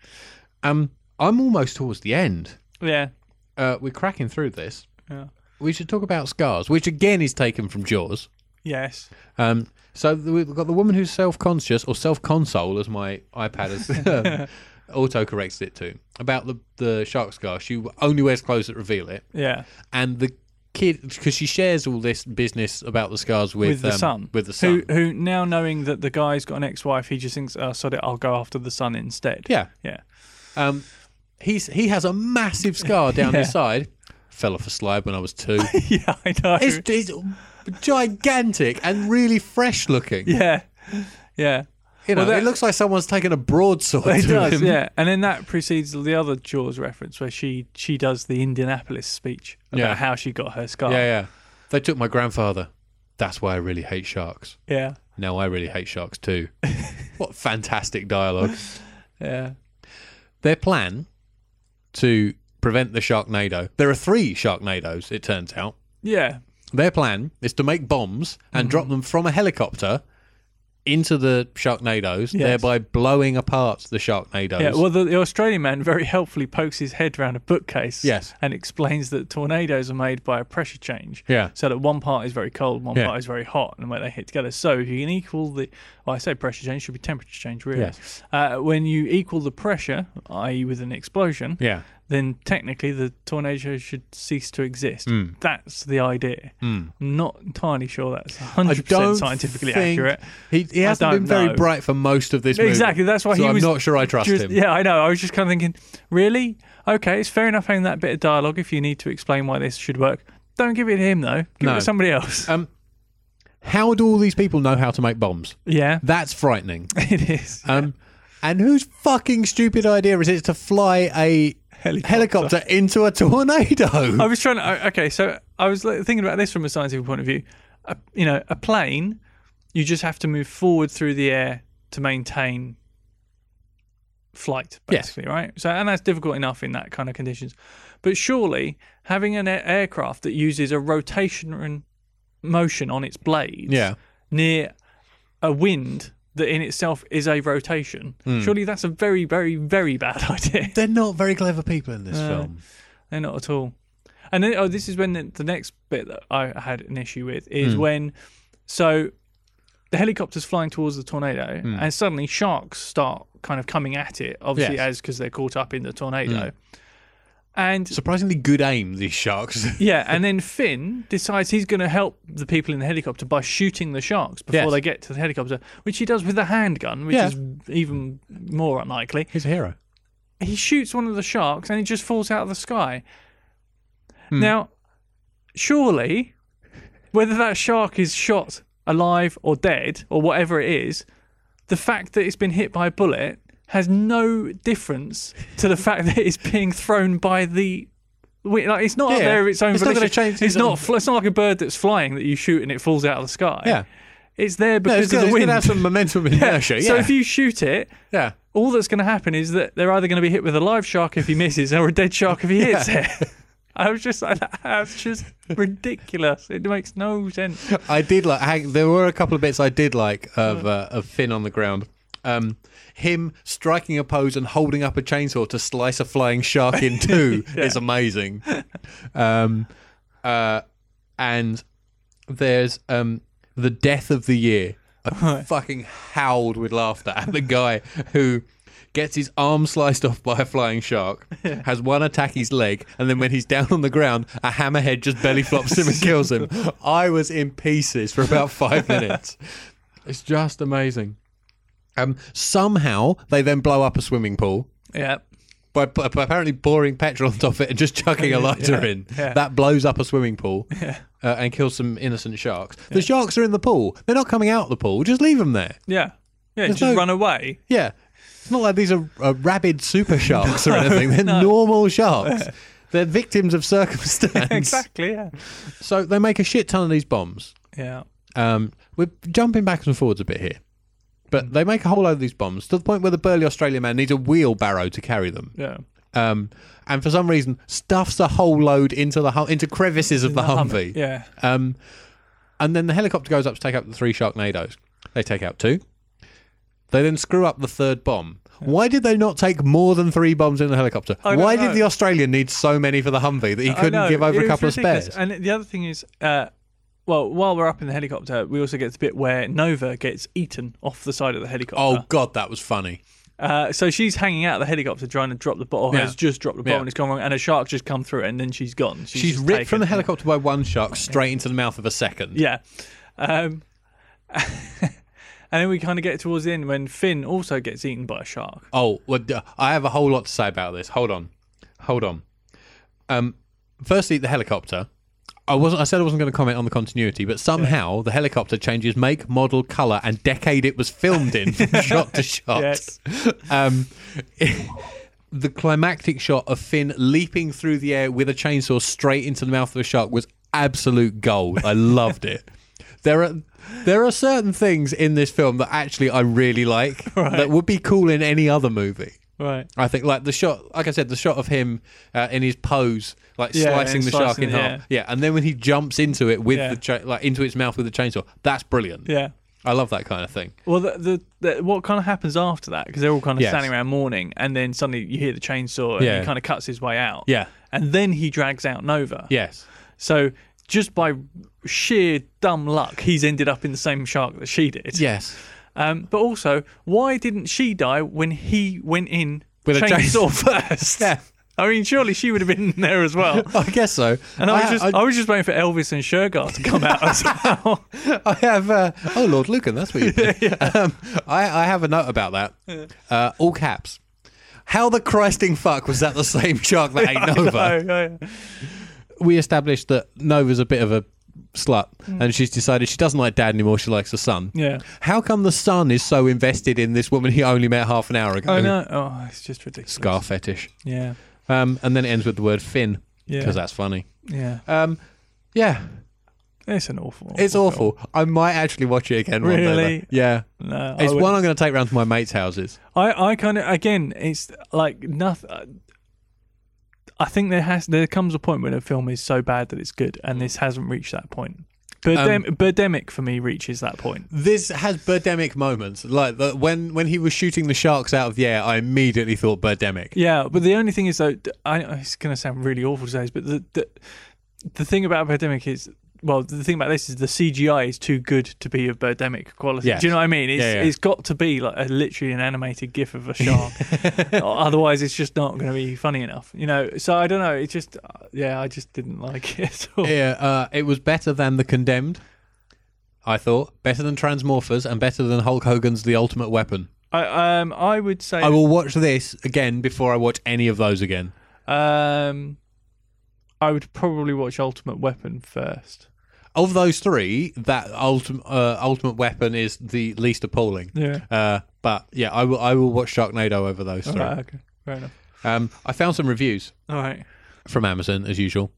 [SPEAKER 1] Um, I'm almost towards the end.
[SPEAKER 2] Yeah,
[SPEAKER 1] Uh, we're cracking through this.
[SPEAKER 2] yeah,
[SPEAKER 1] We should talk about scars, which again is taken from Jaws.
[SPEAKER 2] yes.
[SPEAKER 1] Um, so th- we've got the woman who's self-conscious or self-console, as my iPad has
[SPEAKER 2] (laughs)
[SPEAKER 1] um, auto-corrects it to, about the the shark scar. She only wears clothes that reveal it,
[SPEAKER 2] Yeah,
[SPEAKER 1] and the kid because she shares all this business about the scars with
[SPEAKER 2] with the
[SPEAKER 1] um,
[SPEAKER 2] son.
[SPEAKER 1] With the son,
[SPEAKER 2] Who, who now knowing that the guy's got an ex-wife, he just thinks, "Oh, sod it, I'll go after the son instead."
[SPEAKER 1] yeah.
[SPEAKER 2] yeah, (laughs)
[SPEAKER 1] Um, he's he has a massive scar
[SPEAKER 2] (laughs)
[SPEAKER 1] down
[SPEAKER 2] Yeah.
[SPEAKER 1] his side. Fell off a slide when I was
[SPEAKER 2] (laughs)
[SPEAKER 1] two.
[SPEAKER 2] yeah. I know.
[SPEAKER 1] it's, it's gigantic and really fresh looking.
[SPEAKER 2] yeah, yeah.
[SPEAKER 1] You know,
[SPEAKER 2] Well, that-
[SPEAKER 1] it looks like someone's taken a broadsword.
[SPEAKER 2] It
[SPEAKER 1] to
[SPEAKER 2] does,
[SPEAKER 1] him.
[SPEAKER 2] yeah. And then that precedes the other Jaws reference where she she does the Indianapolis speech about
[SPEAKER 1] Yeah.
[SPEAKER 2] how she got her scar.
[SPEAKER 1] Yeah, yeah. They took my grandfather. That's why I really hate sharks.
[SPEAKER 2] yeah,
[SPEAKER 1] Now I really hate sharks
[SPEAKER 2] (laughs)
[SPEAKER 1] too. what fantastic dialogue.
[SPEAKER 2] yeah.
[SPEAKER 1] Their plan to prevent the Sharknado. There are three Sharknados, it turns out.
[SPEAKER 2] Yeah.
[SPEAKER 1] Their plan is to make bombs
[SPEAKER 2] Mm-hmm.
[SPEAKER 1] and drop them from a helicopter into the Sharknados,
[SPEAKER 2] Yes.
[SPEAKER 1] thereby blowing apart the Sharknados.
[SPEAKER 2] Yeah, well, the, the Australian man very helpfully pokes his head round a bookcase
[SPEAKER 1] Yes.
[SPEAKER 2] and explains that tornadoes are made by a pressure change.
[SPEAKER 1] Yeah.
[SPEAKER 2] So that one part is very cold, one
[SPEAKER 1] Yeah.
[SPEAKER 2] part is very hot, and where they hit together. So if you can equal the, well, I say pressure change, should be temperature change, really.
[SPEAKER 1] Yes.
[SPEAKER 2] Uh, when you equal the pressure, i.e., with an explosion,
[SPEAKER 1] yeah.
[SPEAKER 2] then technically the tornado should cease to exist.
[SPEAKER 1] Hmm.
[SPEAKER 2] That's the idea. I'm not entirely sure that's 100% scientifically
[SPEAKER 1] think-
[SPEAKER 2] accurate.
[SPEAKER 1] He, he hasn't
[SPEAKER 2] don't
[SPEAKER 1] been very
[SPEAKER 2] know.
[SPEAKER 1] bright for most of this movie.
[SPEAKER 2] Exactly, that's why
[SPEAKER 1] so
[SPEAKER 2] he
[SPEAKER 1] I'm
[SPEAKER 2] was
[SPEAKER 1] not sure I trust
[SPEAKER 2] Just-
[SPEAKER 1] him.
[SPEAKER 2] Yeah, I know. I was just kind of thinking, really? Okay, it's fair enough having that bit of dialogue if you need to explain why this should work. Don't give it to him, though. Give
[SPEAKER 1] No.
[SPEAKER 2] it to somebody else. (laughs)
[SPEAKER 1] Um, how do all these people know how to make bombs?
[SPEAKER 2] yeah, (laughs)
[SPEAKER 1] That's (laughs) frightening.
[SPEAKER 2] it is.
[SPEAKER 1] Um, and whose fucking stupid idea is it to fly a helicopter, into a (laughs) tornado?
[SPEAKER 2] I was trying to. o- Okay, so I was like, thinking about this from a scientific point of view. A, you know, a plane, you just have to move forward through the air to maintain flight,
[SPEAKER 1] Yes.
[SPEAKER 2] basically, right? So, and that's difficult enough in that kind of conditions. But surely having an a- aircraft that uses a rotation motion on its blades
[SPEAKER 1] Yeah.
[SPEAKER 2] near a wind that in itself is a rotation,
[SPEAKER 1] Hmm.
[SPEAKER 2] surely that's a very, very, very bad (laughs) idea.
[SPEAKER 1] They're not very clever people in this film.
[SPEAKER 2] They're not at all. And then, oh, this is when the, the next bit that I had an issue with
[SPEAKER 1] Hmm.
[SPEAKER 2] is when, so the helicopter's flying towards the tornado,
[SPEAKER 1] Hmm.
[SPEAKER 2] and suddenly sharks start kind of coming at it, obviously,
[SPEAKER 1] Yes. Hmm.
[SPEAKER 2] as because they're caught up in the tornado. And
[SPEAKER 1] Surprisingly good aim, these sharks.
[SPEAKER 2] yeah, and then Finn decides he's going to help the people in the helicopter by shooting the sharks before
[SPEAKER 1] Yes.
[SPEAKER 2] they get to the helicopter, which he does with a handgun, which
[SPEAKER 1] Yeah.
[SPEAKER 2] is even more unlikely
[SPEAKER 1] (laughs) He's a hero.
[SPEAKER 2] he shoots one of the sharks and he just falls out of the sky.
[SPEAKER 1] Hmm.
[SPEAKER 2] Now, surely, whether that shark is shot alive or dead or whatever it is, the fact that it's been hit by a bullet has no difference to the fact that it's being thrown by the. wi- Like it's not up
[SPEAKER 1] Yeah.
[SPEAKER 2] there of its own.
[SPEAKER 1] It's not gonna
[SPEAKER 2] volition.
[SPEAKER 1] change
[SPEAKER 2] It's
[SPEAKER 1] his own-
[SPEAKER 2] not. fl- It's not like a bird that's flying that you shoot and it falls out of the sky.
[SPEAKER 1] Yeah.
[SPEAKER 2] it's there
[SPEAKER 1] No,
[SPEAKER 2] because
[SPEAKER 1] it's
[SPEAKER 2] of
[SPEAKER 1] going
[SPEAKER 2] the
[SPEAKER 1] to
[SPEAKER 2] wind.
[SPEAKER 1] have some momentum inertia. (laughs) Yeah.
[SPEAKER 2] So if you shoot it,
[SPEAKER 1] yeah.
[SPEAKER 2] all that's going to happen is that they're either going to be hit with a live shark if he misses or a dead shark if he hits it. (laughs) I was just like, that's
[SPEAKER 1] (laughs)
[SPEAKER 2] just ridiculous. It makes no sense.
[SPEAKER 1] I did like. hang- There were a couple of bits I did like of uh, of Finn on the ground. Um, him striking a pose and holding up a chainsaw to slice a flying shark in two is amazing. Um, uh, and there's um, the death of the year. (laughs) I fucking howled with laughter at the guy who gets his arm sliced off by a flying shark, has one attack his leg, and then when he's down on the ground, a hammerhead just belly flops him and kills (laughs) him. I was in pieces for about five minutes. (laughs) It's just amazing. Um, somehow they then blow up a swimming pool
[SPEAKER 2] Yeah.
[SPEAKER 1] by, by apparently pouring petrol (laughs) on top of it and just chucking a lighter in.
[SPEAKER 2] yeah.
[SPEAKER 1] That blows up a swimming pool uh, and kills some innocent sharks. The sharks are in the pool. They're not coming out of the pool. Just leave them there.
[SPEAKER 2] Yeah. Yeah. just
[SPEAKER 1] no- (laughs)
[SPEAKER 2] run away.
[SPEAKER 1] Yeah. It's not like these are uh, rabid
[SPEAKER 2] (laughs)
[SPEAKER 1] super sharks or anything. They're normal sharks. They're victims of circumstance.
[SPEAKER 2] Exactly. Yeah.
[SPEAKER 1] So they make a shit ton of these bombs.
[SPEAKER 2] Yeah.
[SPEAKER 1] Um, we're jumping back and forwards a bit here. But they make a whole load of these bombs to the point where the burly Australian man needs a wheelbarrow to carry them.
[SPEAKER 2] Yeah.
[SPEAKER 1] um, and for some reason stuffs a whole load into the hu- into crevices of the, Humvee.
[SPEAKER 2] Yeah.
[SPEAKER 1] Um, and then the helicopter goes up to take out the three Sharknadoes. They take out two. They then screw up the third bomb. Why did they not take more than three bombs in the helicopter?
[SPEAKER 2] I don't
[SPEAKER 1] Why
[SPEAKER 2] know.
[SPEAKER 1] did the Australian need so many for the Humvee that he
[SPEAKER 2] I
[SPEAKER 1] couldn't
[SPEAKER 2] know,
[SPEAKER 1] give
[SPEAKER 2] it
[SPEAKER 1] over a
[SPEAKER 2] was
[SPEAKER 1] couple of
[SPEAKER 2] ridiculous.
[SPEAKER 1] spares?
[SPEAKER 2] And the other thing is, uh, well, while we're up in the helicopter, we also get the bit where Nova gets eaten off the side of the helicopter.
[SPEAKER 1] Oh god, that was funny.
[SPEAKER 2] Uh, so she's hanging out of the helicopter trying to drop the bottle.
[SPEAKER 1] Yeah.
[SPEAKER 2] Has just dropped the bottle
[SPEAKER 1] Yeah.
[SPEAKER 2] and it's gone wrong. And a shark just come through and then she's gone. She's,
[SPEAKER 1] She's
[SPEAKER 2] just
[SPEAKER 1] ripped from
[SPEAKER 2] taken.
[SPEAKER 1] the helicopter by one shark straight into the mouth of a second.
[SPEAKER 2] Yeah. Um, (laughs) and then we kind of get towards the end when Finn also gets eaten by a shark.
[SPEAKER 1] Oh, well, d- I have a whole lot to say about this. Hold on, hold on. Um, firstly, the helicopter. I wasn't. I said I wasn't going to comment on the continuity, but somehow the helicopter changes make, model, color, and decade it was filmed in from shot to shot.
[SPEAKER 2] Yes.
[SPEAKER 1] Um, (laughs) the climactic shot of Finn leaping through the air with a chainsaw straight into the mouth of a shark was absolute gold. I loved it. There are there are certain things in this film that actually I really
[SPEAKER 2] (laughs)
[SPEAKER 1] like that would be cool in any other movie.
[SPEAKER 2] Right.
[SPEAKER 1] I think like the shot, like I said, the shot of him uh, in his pose, like
[SPEAKER 2] Yeah,
[SPEAKER 1] slicing
[SPEAKER 2] and
[SPEAKER 1] the shark
[SPEAKER 2] slicing
[SPEAKER 1] in
[SPEAKER 2] it,
[SPEAKER 1] half. Yeah, and then when he jumps into it with
[SPEAKER 2] Yeah.
[SPEAKER 1] the cha- like into its mouth with the chainsaw, that's brilliant.
[SPEAKER 2] Yeah.
[SPEAKER 1] I love that kind of thing.
[SPEAKER 2] Well, the, the, the what kind of happens after that? Because they're all kind of
[SPEAKER 1] Yes.
[SPEAKER 2] standing around mourning, and then suddenly you hear the chainsaw, and
[SPEAKER 1] Yeah.
[SPEAKER 2] he kind of cuts his way out.
[SPEAKER 1] Yeah.
[SPEAKER 2] and then he drags out Nova. (laughs)
[SPEAKER 1] Yes.
[SPEAKER 2] So just by sheer dumb luck, he's ended up in the same shark that she did.
[SPEAKER 1] Yes.
[SPEAKER 2] Um, but also, why didn't she die when he went in
[SPEAKER 1] With a
[SPEAKER 2] chainsaw (laughs) first?
[SPEAKER 1] Yeah.
[SPEAKER 2] I mean, surely she would have been in there
[SPEAKER 1] (laughs)
[SPEAKER 2] as well.
[SPEAKER 1] I guess so.
[SPEAKER 2] And I was just, I,
[SPEAKER 1] I,
[SPEAKER 2] was just waiting for Elvis and Shergar to come
[SPEAKER 1] (laughs)
[SPEAKER 2] out as well.
[SPEAKER 1] I have. Uh, oh Lord, Lucan, that's
[SPEAKER 2] (laughs)
[SPEAKER 1] what you did. um, I, I have a note about that. Uh, all caps. How the Christing fuck was that the same (laughs) shark that ate Nova?
[SPEAKER 2] Oh, yeah, yeah.
[SPEAKER 1] we established that Nova's a bit of a slut and she's decided she doesn't like dad anymore, she likes the son.
[SPEAKER 2] Mm. Yeah.
[SPEAKER 1] How come the son is so invested in this woman he only met half an hour ago?
[SPEAKER 2] I know. Oh, it's just ridiculous.
[SPEAKER 1] Scar fetish.
[SPEAKER 2] Yeah.
[SPEAKER 1] Um, and then it ends with the word Finn
[SPEAKER 2] Yeah.
[SPEAKER 1] because that's funny.
[SPEAKER 2] Yeah.
[SPEAKER 1] Um, yeah.
[SPEAKER 2] It's an awful. awful
[SPEAKER 1] It's
[SPEAKER 2] film.
[SPEAKER 1] awful. I might actually watch it again. one day, though.
[SPEAKER 2] Really?
[SPEAKER 1] Yeah.
[SPEAKER 2] No, I
[SPEAKER 1] It's
[SPEAKER 2] wouldn't.
[SPEAKER 1] one I'm going to take round to my mates' houses.
[SPEAKER 2] I, I kind of again, it's like nothing. I think there has there comes a point when a film is so bad that it's good, and this hasn't reached that point. Birdem-
[SPEAKER 1] Um,
[SPEAKER 2] Birdemic for me reaches that point.
[SPEAKER 1] This has Birdemic moments. Like the, when when he was shooting the sharks out of the air, I immediately thought Birdemic.
[SPEAKER 2] Yeah, but the only thing is though, I, it's going to sound really awful to say, this, but the, the the thing about Birdemic is, well, the thing about this is the CGI is too good to be of Birdemic quality.
[SPEAKER 1] Yes.
[SPEAKER 2] Do you know what I mean? It's,
[SPEAKER 1] Yeah, yeah.
[SPEAKER 2] it's got to be like a, literally an animated GIF of a shark.
[SPEAKER 1] (laughs)
[SPEAKER 2] Otherwise, it's just not going to be funny enough. You know. So I don't know. It just, yeah, I just didn't like it (laughs) at all.
[SPEAKER 1] Yeah, uh, it was better than The Condemned. I thought better than Transmorphers and better than Hulk Hogan's The Ultimate Weapon.
[SPEAKER 2] I um I would say
[SPEAKER 1] I will watch this again before I watch any of those again.
[SPEAKER 2] um I would probably watch Ultimate Weapon first.
[SPEAKER 1] Of those three, that ultim- uh, Ultimate Weapon is the least appalling.
[SPEAKER 2] Yeah.
[SPEAKER 1] Uh, but yeah, I will. I will watch Sharknado over those three.
[SPEAKER 2] Right, Uh, okay. Fair enough.
[SPEAKER 1] Um, I found some reviews.
[SPEAKER 2] All right.
[SPEAKER 1] from Amazon, as usual.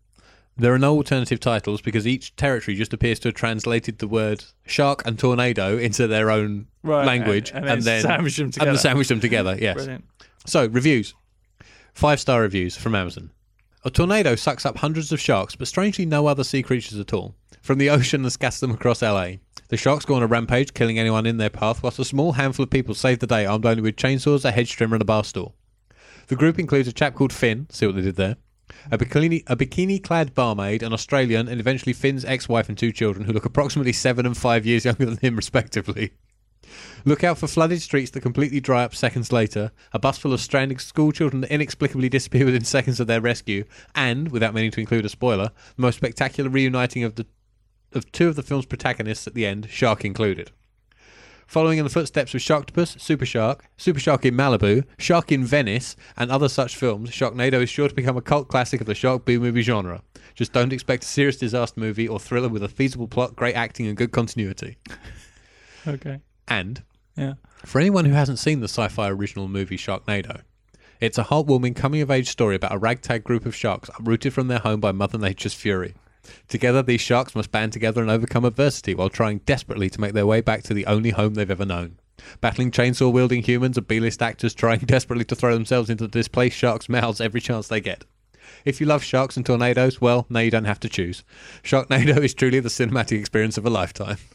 [SPEAKER 1] There are no alternative titles because each territory just appears to have translated the word shark and tornado into their own
[SPEAKER 2] Right,
[SPEAKER 1] language
[SPEAKER 2] and- and then sandwich them
[SPEAKER 1] and
[SPEAKER 2] together.
[SPEAKER 1] sandwich them together. Yes.
[SPEAKER 2] Brilliant.
[SPEAKER 1] So reviews, five star reviews from Amazon. A tornado sucks up hundreds of sharks, but strangely no other sea creatures at all. From the ocean and scatters them across LA. The sharks go on a rampage, killing anyone in their path, whilst a small handful of people save the day armed only with chainsaws, a hedge trimmer, and a bar stool. The group includes a chap called Finn, see what they did there, a bikini a bikini clad barmaid, an Australian, and eventually Finn's ex wife and two children, who look approximately seven and five years (laughs) younger than him, respectively. Look out for flooded streets that completely dry up seconds later, a bus full of stranded schoolchildren that inexplicably disappear within (laughs) seconds of their rescue, and, without meaning to include a spoiler, the most spectacular reuniting of the of two of the film's protagonists at the end, Shark included. Following in the footsteps of Sharktopus, Super Shark, Super Shark in Malibu, Shark in Venice, and other such films, Sharknado is sure to become a cult classic of the shark B movie genre. Just don't expect a serious disaster movie or thriller with a feasible plot, great acting, and good continuity.
[SPEAKER 2] Okay.
[SPEAKER 1] And
[SPEAKER 2] Yeah.
[SPEAKER 1] for anyone who hasn't seen the sci fi original movie Sharknado, it's a heartwarming coming of age story about a ragtag group of sharks uprooted from their home by Mother Nature's fury. Together, these sharks must band together and overcome adversity while trying desperately to make their way back to the only home they've ever known. Battling chainsaw wielding humans and B list actors trying (laughs) desperately to throw themselves into the displaced sharks' mouths every chance they get. If you love sharks and tornadoes, well, now you don't have to choose. Sharknado (laughs) is truly the cinematic experience of a lifetime. (laughs)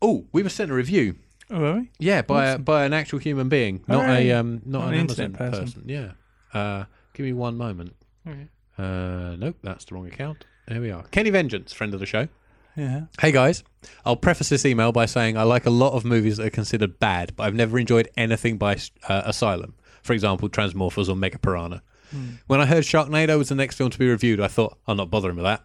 [SPEAKER 1] Oh, we were sent a review.
[SPEAKER 2] Oh, are we?
[SPEAKER 1] Yeah, by a, by an actual human being, not
[SPEAKER 2] Hooray.
[SPEAKER 1] a um, not,
[SPEAKER 2] Not
[SPEAKER 1] an,
[SPEAKER 2] an
[SPEAKER 1] Amazon
[SPEAKER 2] internet
[SPEAKER 1] person.
[SPEAKER 2] person.
[SPEAKER 1] Yeah. Uh, give me one moment.
[SPEAKER 2] Okay.
[SPEAKER 1] Uh, nope, that's the wrong account. There we are. Kenny Vengeance, friend of the show.
[SPEAKER 2] Yeah.
[SPEAKER 1] Hey guys, I'll preface this email by saying I like a lot of movies that are considered bad, but I've never enjoyed anything by uh, Asylum. For example, Transmorphers or Mega Piranha. When I heard Sharknado was the next film to be reviewed, I thought I'm not bothering with that.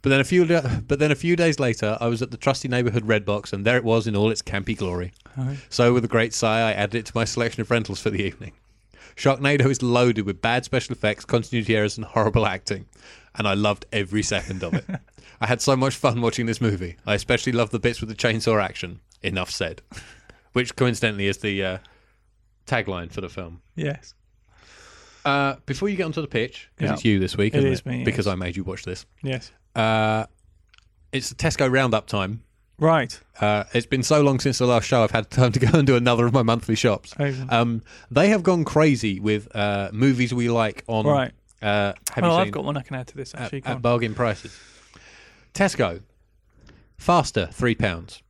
[SPEAKER 1] But then a few da- but then a few days later, I was at the trusty neighborhood Red Box, and there it was in all its campy glory. So with a great sigh, I added it to my selection of rentals for the evening. Sharknado is loaded with bad special effects, continuity errors, and horrible acting, and I loved every second
[SPEAKER 2] (laughs)
[SPEAKER 1] of it. I had so much fun watching this movie. I especially loved the bits with the chainsaw action. Enough said, which coincidentally is the uh, tagline for the film.
[SPEAKER 2] Yes.
[SPEAKER 1] Uh, before you get onto the pitch, because
[SPEAKER 2] Yeah.
[SPEAKER 1] it's you this week,
[SPEAKER 2] It
[SPEAKER 1] isn't
[SPEAKER 2] is me, yes.
[SPEAKER 1] because I made you watch this.
[SPEAKER 2] Yes.
[SPEAKER 1] Uh, it's the Tesco roundup time.
[SPEAKER 2] Right.
[SPEAKER 1] Uh, it's been so long since the last show, I've had (laughs) time to go and do another of my monthly shops.
[SPEAKER 2] Okay.
[SPEAKER 1] Um, they have gone crazy with uh, movies we like on.
[SPEAKER 2] Right.
[SPEAKER 1] Uh, have
[SPEAKER 2] Oh,
[SPEAKER 1] you
[SPEAKER 2] I've
[SPEAKER 1] seen
[SPEAKER 2] got one I can add to this actually.
[SPEAKER 1] at,
[SPEAKER 2] Go
[SPEAKER 1] at
[SPEAKER 2] on.
[SPEAKER 1] bargain prices? Tesco, faster three pounds.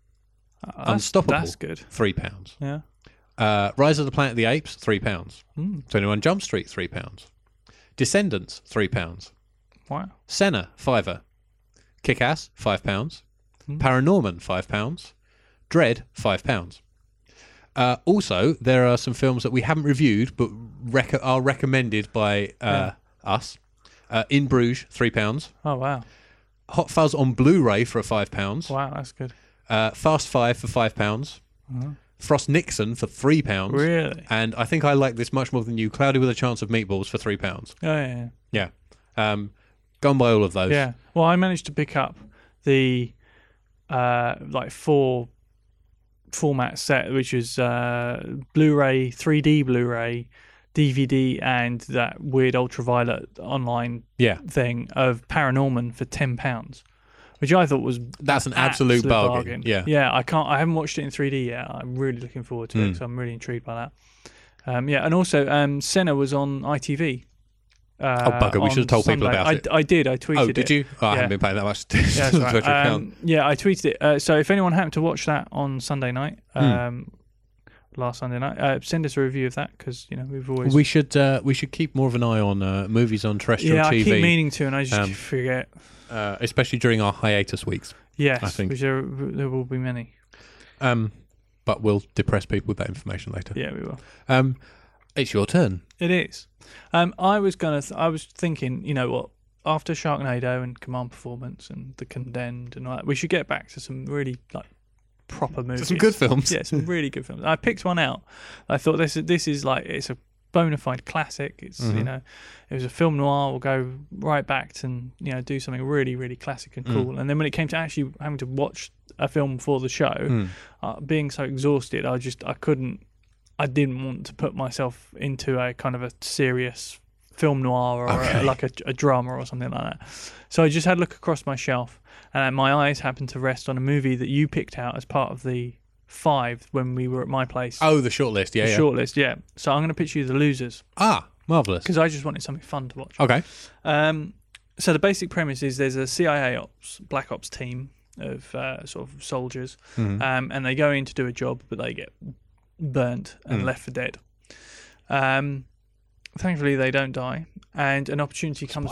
[SPEAKER 2] Uh, that's-
[SPEAKER 1] Unstoppable.
[SPEAKER 2] That's good.
[SPEAKER 1] Three pounds.
[SPEAKER 2] Yeah.
[SPEAKER 1] Uh, Rise of the Planet of the Apes, three pounds.
[SPEAKER 2] Hmm.
[SPEAKER 1] Twenty One Jump Street, three pounds. Descendants, three pounds.
[SPEAKER 2] Wow.
[SPEAKER 1] Senna, fiver. Kick Ass, five pounds.
[SPEAKER 2] Hmm.
[SPEAKER 1] Paranorman, five pounds. Dread, five pounds. Uh, also, there are some films that we haven't reviewed but rec- are recommended by uh, us. Uh, In Bruges, three pounds.
[SPEAKER 2] Oh wow.
[SPEAKER 1] Hot Fuzz on Blu-ray for five pounds.
[SPEAKER 2] Wow, that's good.
[SPEAKER 1] Uh, Fast Five for five pounds. Frost Nixon for three pounds.
[SPEAKER 2] Uh-huh. Really?
[SPEAKER 1] And I think I like this much more than you. Cloudy with a chance of meatballs for three pounds.
[SPEAKER 2] Oh yeah. yeah.
[SPEAKER 1] Yeah. Um, gone by all of those.
[SPEAKER 2] Yeah. Well, I managed to pick up the uh like four format set, which is uh Blu-ray, 3D Blu-ray, DVD, and that weird ultraviolet online
[SPEAKER 1] Yeah.
[SPEAKER 2] thing of Paranorman for ten pounds, which I thought was
[SPEAKER 1] That's an absolute bargain, yeah.
[SPEAKER 2] yeah. I can't. I haven't watched it in 3D yet. I'm really looking forward to it.
[SPEAKER 1] Mm.
[SPEAKER 2] So I'm really intrigued by that. Um, yeah, and also um, Senna was on ITV. Uh,
[SPEAKER 1] Oh, bugger, we
[SPEAKER 2] on
[SPEAKER 1] should have told people
[SPEAKER 2] Sunday.
[SPEAKER 1] about
[SPEAKER 2] I,
[SPEAKER 1] it.
[SPEAKER 2] I did. I tweeted.
[SPEAKER 1] Oh, did
[SPEAKER 2] it.
[SPEAKER 1] you? Oh, I
[SPEAKER 2] Yeah.
[SPEAKER 1] haven't been paying that much (laughs)
[SPEAKER 2] Yeah,
[SPEAKER 1] attention
[SPEAKER 2] that's
[SPEAKER 1] to
[SPEAKER 2] right.
[SPEAKER 1] Twitter account.
[SPEAKER 2] Um, yeah, I tweeted it. Uh, so if anyone happened to watch that on Sunday night,
[SPEAKER 1] Hmm.
[SPEAKER 2] um, last Sunday night, uh, send us a review of that because you know we've always
[SPEAKER 1] We should uh, we should keep more of an eye on uh, movies on terrestrial
[SPEAKER 2] yeah. I
[SPEAKER 1] TV,
[SPEAKER 2] keep meaning to, and I just
[SPEAKER 1] Um,
[SPEAKER 2] forget.
[SPEAKER 1] uh, especially during our hiatus weeks.
[SPEAKER 2] Yes,
[SPEAKER 1] I think-
[SPEAKER 2] which there, there will be many.
[SPEAKER 1] Um, but we'll depress people with that information later.
[SPEAKER 2] Yeah, we will.
[SPEAKER 1] Um, it's your turn.
[SPEAKER 2] It is. Um, I was gonna. Th- I was thinking. You know what? After Sharknado and Command Performance and The Condemned and all that, we should get back to some really like proper movies.
[SPEAKER 1] Some good films.
[SPEAKER 2] Yeah, some really good films. I picked one out. I thought this this is like it's a bona fide classic. It's
[SPEAKER 1] Mm-hmm.
[SPEAKER 2] you know, it was a film noir. We'll go right back to and you know do something really really classic
[SPEAKER 1] Mm.
[SPEAKER 2] and cool. And then when it came to actually having to watch a film for the show,
[SPEAKER 1] Mm.
[SPEAKER 2] uh, being so exhausted, I just I couldn't. I didn't want to put myself into a kind of a serious film noir or a-
[SPEAKER 1] Okay.
[SPEAKER 2] like a, a drama or something like that. So I just had a look across my shelf, and my eyes happened to rest on a movie that you picked out as part of the five when we were at my place.
[SPEAKER 1] Oh, the shortlist. Yeah,
[SPEAKER 2] the
[SPEAKER 1] yeah.
[SPEAKER 2] shortlist, yeah. So I'm going to pitch you the losers
[SPEAKER 1] Ah, marvelous.
[SPEAKER 2] because I just wanted something fun to watch.
[SPEAKER 1] Okay.
[SPEAKER 2] Um, so the basic premise is there's a CIA ops, black ops team of uh, sort of soldiers, um, and they go in to do a job, but they get burnt and left for dead. Um, thankfully, they don't die, and an opportunity comes.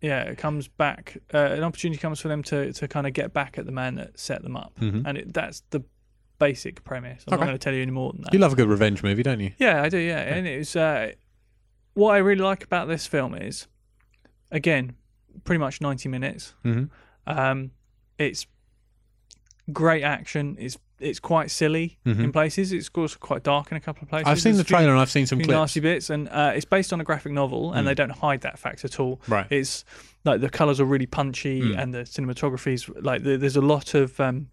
[SPEAKER 2] Yeah, it comes back. Uh, an opportunity comes for them to to kind of get back at the man that set them up, and it, that's the basic premise. I'm not
[SPEAKER 1] Okay.
[SPEAKER 2] going to tell you any more than that.
[SPEAKER 1] You love a good revenge movie, don't you?
[SPEAKER 2] Yeah, I do. Yeah, and it's uh, what I really like about this film is, again, pretty much ninety minutes.
[SPEAKER 1] Mhm.
[SPEAKER 2] Um, it's great action. It's it's quite silly in places. It's also quite dark in a couple of places.
[SPEAKER 1] Mm-hmm. I've seen
[SPEAKER 2] There's
[SPEAKER 1] the
[SPEAKER 2] a few-
[SPEAKER 1] trailer and I've seen some
[SPEAKER 2] few
[SPEAKER 1] clips. Mm.
[SPEAKER 2] nasty bits, and uh, it's based on a graphic novel, and they don't hide that fact at all.
[SPEAKER 1] Right. Mm.
[SPEAKER 2] It's like the colors are really punchy, and the cinematography's like the, there's a lot of um,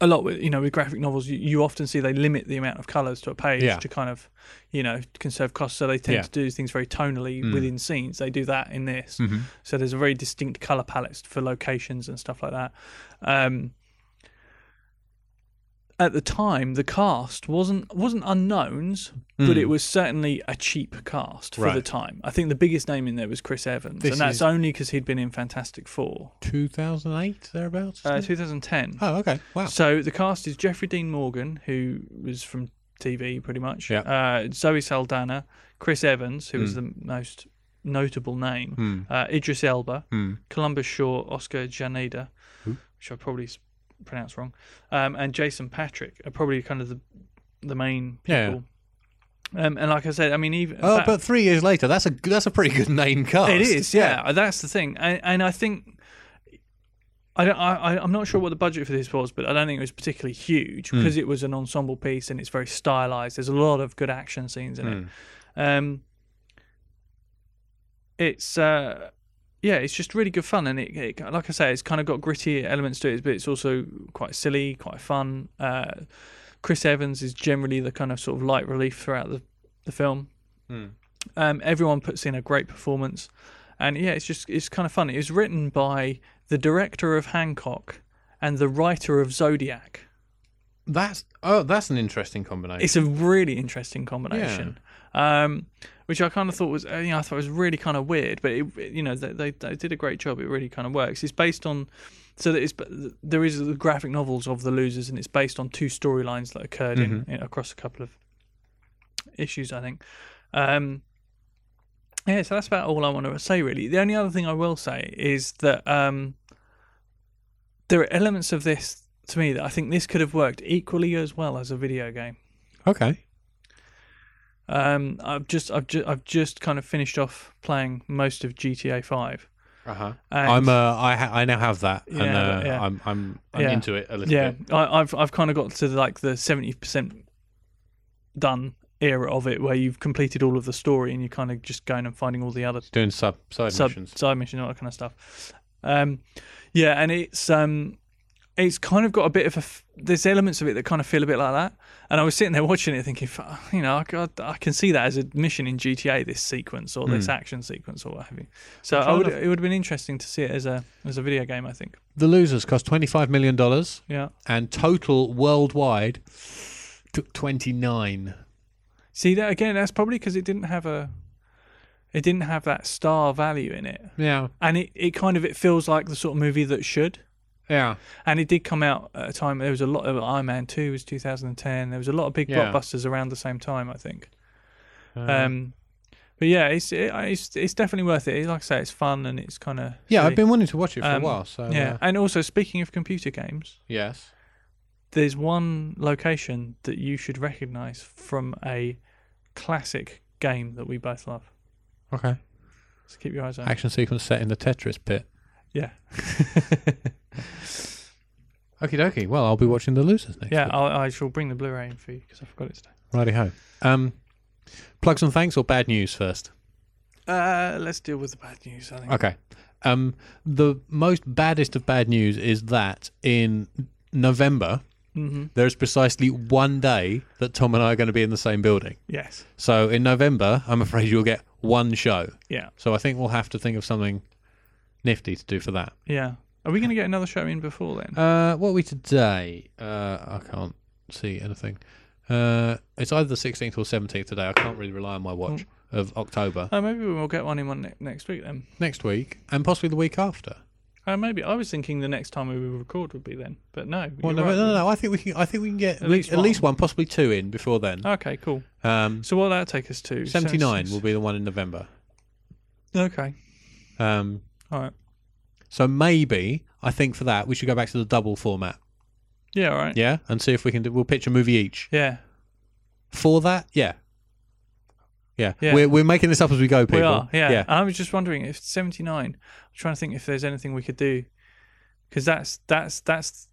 [SPEAKER 2] a lot with you know with graphic novels, you, you often see they limit the amount of colors to a page
[SPEAKER 1] Yeah.
[SPEAKER 2] to kind of you know conserve costs. So they tend
[SPEAKER 1] Yeah. Mm.
[SPEAKER 2] to do things very tonally within scenes. They do that in this,
[SPEAKER 1] Mm-hmm.
[SPEAKER 2] so there's a very distinct color palette for locations and stuff like that. Um, at the time the cast wasn't wasn't unknowns but it was certainly a cheap cast for the
[SPEAKER 1] Hmm. Right.
[SPEAKER 2] time i think the biggest name in there was chris evans
[SPEAKER 1] This
[SPEAKER 2] and that's
[SPEAKER 1] is-
[SPEAKER 2] only because he'd been in fantastic four
[SPEAKER 1] 2008 thereabouts.
[SPEAKER 2] uh, 2010
[SPEAKER 1] oh, okay. Wow.
[SPEAKER 2] so the cast is jeffrey dean morgan who was from tv pretty much
[SPEAKER 1] Yeah. Hmm.
[SPEAKER 2] uh, zoe saldana chris evans who was the most notable name uh, idris elba
[SPEAKER 1] Hmm.
[SPEAKER 2] columbus shaw oscar janeda which i probably s- pronounced wrong um, and jason patrick are probably kind of the the main
[SPEAKER 1] Yeah.
[SPEAKER 2] people. Um, and like I said, I mean, even
[SPEAKER 1] Oh,
[SPEAKER 2] that-
[SPEAKER 1] but three years later, that's a that's a pretty good name cast.
[SPEAKER 2] it is, yeah. That's the thing, and, and I think I don't. I, I- I'm not sure what the budget for this was, but I don't think it was particularly huge because it was an ensemble piece and it's very stylized. There's a lot of good action scenes in it. Um, it's uh, yeah, it's just really good fun, and it, it like I say, it's kind of got gritty elements to it, but it's also quite silly, quite fun. Uh, Chris Evans is generally the kind of sort of light relief throughout the the film. Um, everyone puts in a great performance, and yeah, it's just it's kind of fun. It was written by the director of Hancock and the writer of Zodiac.
[SPEAKER 1] That's oh, that's an interesting combination.
[SPEAKER 2] It's a really interesting combination, um, which I kind of thought was uh, you know I thought was really kind of weird, but it, it- you know they, they they did a great job. It really kind of works. It's based on so that it's there is the graphic novels of the losers, and it's based on two storylines that occurred in, in- across a couple of issues, I think. Um, yeah, so that's about all I want to say, really. The only other thing I will say is that um, there are elements of this to me that I think this could have worked equally as well as a video game.
[SPEAKER 1] okay.
[SPEAKER 2] Um, I've just, I've just, I've just kind of finished off playing most of GTA Five.
[SPEAKER 1] Uh huh.
[SPEAKER 2] Uh-huh. And-
[SPEAKER 1] I'm uh, I ha- I now have that, and
[SPEAKER 2] Yeah,
[SPEAKER 1] uh,
[SPEAKER 2] yeah.
[SPEAKER 1] I'm I'm I'm
[SPEAKER 2] Yeah.
[SPEAKER 1] into it a little
[SPEAKER 2] Yeah,
[SPEAKER 1] bit.
[SPEAKER 2] I, I've, I've kind of got to like the seventy percent done era of it, where you've completed all of the story and you're kind of just going and finding all the other
[SPEAKER 1] Doing sub side
[SPEAKER 2] sub
[SPEAKER 1] missions.
[SPEAKER 2] side mission, all that kind of stuff. Um, yeah, and it's um, it's kind of got a bit of a f- there's elements of it that kind of feel a bit like that and i was sitting there watching it thinking "Fuck, you know I, God, I can see that as a mission in gta this sequence or this action sequence or what have you so I would, it would have been interesting to see it as a as a video game i think
[SPEAKER 1] The Losers cost $25 million
[SPEAKER 2] yeah
[SPEAKER 1] and total worldwide took 29
[SPEAKER 2] see that again that's probably because it didn't have a it didn't have that star value in it
[SPEAKER 1] Yeah.
[SPEAKER 2] and it, it kind of it feels like the sort of movie that should
[SPEAKER 1] Yeah.
[SPEAKER 2] and it did come out at a time there was a lot of Iron Man 2 was 2010 there was a lot of big
[SPEAKER 1] Yeah.
[SPEAKER 2] blockbusters around the same time I think um but yeah it's it, it's it's definitely worth it like I say it's fun and it's kind of
[SPEAKER 1] Yeah, I've been wanting to watch it for
[SPEAKER 2] Um,
[SPEAKER 1] a while. So
[SPEAKER 2] yeah
[SPEAKER 1] uh,
[SPEAKER 2] and also speaking of computer games
[SPEAKER 1] yes.
[SPEAKER 2] there's one location that you should recognize from a classic game that we both love
[SPEAKER 1] Okay.
[SPEAKER 2] so keep your eyes on
[SPEAKER 1] Action sequence set in the Tetris pit.
[SPEAKER 2] yeah
[SPEAKER 1] Okie dokie. Well, I'll be watching The Losers next.
[SPEAKER 2] yeah I, I shall bring the blu-ray in for you because I forgot it today
[SPEAKER 1] Righty ho. Um, plugs and thanks or bad news first?
[SPEAKER 2] uh let's deal with the bad news I think
[SPEAKER 1] Okay. Um, the most baddest of bad news is that in November,
[SPEAKER 2] Mm-hmm.
[SPEAKER 1] there is precisely one day that Tom and I are going to be in the same building.
[SPEAKER 2] yes
[SPEAKER 1] So in November, I'm afraid you'll get one show.
[SPEAKER 2] yeah
[SPEAKER 1] So I think we'll have to think of something nifty to do for that.
[SPEAKER 2] Yeah. Are we going to get another show in before then?
[SPEAKER 1] Uh, what are we today? Uh, I can't see anything. Uh, it's either the 16th or 17th today. I can't really rely on my watch of October.
[SPEAKER 2] oh, maybe we'll get one in one ne- next week then.
[SPEAKER 1] Next week and possibly the week after.
[SPEAKER 2] Oh, maybe I was thinking the next time we would record would be then, but no.
[SPEAKER 1] Well, no,
[SPEAKER 2] you're right.
[SPEAKER 1] no, no, no. I think we can. I think we can get at least,
[SPEAKER 2] least Oh.
[SPEAKER 1] at least one, possibly two in before then.
[SPEAKER 2] Okay, cool.
[SPEAKER 1] Um,
[SPEAKER 2] So what'll that take us to?
[SPEAKER 1] 79 will
[SPEAKER 2] 76?
[SPEAKER 1] be the one in November.
[SPEAKER 2] Okay.
[SPEAKER 1] Um,
[SPEAKER 2] All right.
[SPEAKER 1] so maybe I think for that we should go back to the double format.
[SPEAKER 2] Yeah. All right.
[SPEAKER 1] Yeah, and see if we can do. We'll pitch a movie each
[SPEAKER 2] Yeah.
[SPEAKER 1] for that. Yeah. Yeah.
[SPEAKER 2] Yeah.
[SPEAKER 1] We're, we're making this up as we go, people.
[SPEAKER 2] We are. Yeah. Uh, And I was just wondering if 79. I'm trying to think if there's anything we could do, because that's that's that's.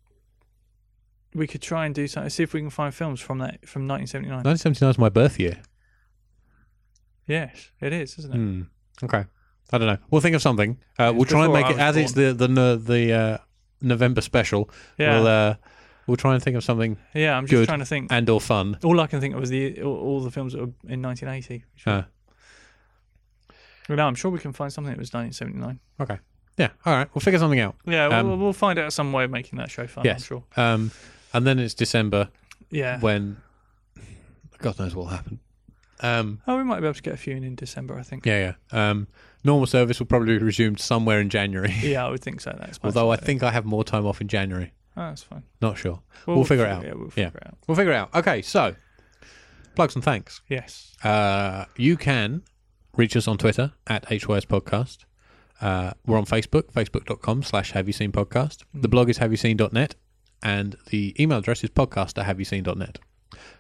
[SPEAKER 2] We could try and do something. See if we can find films from that from 1979.
[SPEAKER 1] 1979 is my birth year.
[SPEAKER 2] Yes, it is, isn't it?
[SPEAKER 1] Hmm. Okay. I don't know. We'll think of something. Uh, we'll
[SPEAKER 2] It's
[SPEAKER 1] try and
[SPEAKER 2] before
[SPEAKER 1] make
[SPEAKER 2] I
[SPEAKER 1] it as
[SPEAKER 2] was
[SPEAKER 1] it's the the no- the uh, November special.
[SPEAKER 2] Yeah.
[SPEAKER 1] We'll uh, we'll try and think of something
[SPEAKER 2] yeah. I'm just
[SPEAKER 1] good.
[SPEAKER 2] trying to think.
[SPEAKER 1] and or fun.
[SPEAKER 2] All I can think of was the all, all the films that were in 1980. Which
[SPEAKER 1] Uh,
[SPEAKER 2] well, no, I'm sure we can find something that was 1979.
[SPEAKER 1] okay. Yeah. All right. We'll figure something out.
[SPEAKER 2] Yeah, we'll,
[SPEAKER 1] Um,
[SPEAKER 2] we'll- we'll find out some way of making that show fun.
[SPEAKER 1] yes.
[SPEAKER 2] I'm sure.
[SPEAKER 1] Um, and then it's December
[SPEAKER 2] Yeah.
[SPEAKER 1] when God knows what'll happen. Um,
[SPEAKER 2] oh, we might be able to get a few in in December. I think.
[SPEAKER 1] yeah. Yeah. Um, normal service will probably be resumed somewhere in January. (laughs)
[SPEAKER 2] (laughs) Yeah, I would think so. That's
[SPEAKER 1] Although I think I have more time off in January.
[SPEAKER 2] oh, that's fine.
[SPEAKER 1] Not sure. we'll figure it out.
[SPEAKER 2] Yeah, we'll
[SPEAKER 1] Yeah.
[SPEAKER 2] figure it out.
[SPEAKER 1] We'll figure it out. Okay, so plugs and thanks.
[SPEAKER 2] Yes. (laughs)
[SPEAKER 1] Uh, you can reach us on Twitter at HYS Podcast. Uh, we're on Facebook, facebook.com slash have you seen podcast. The blog is have you seen.net and the email address is podcast at have you seen.net.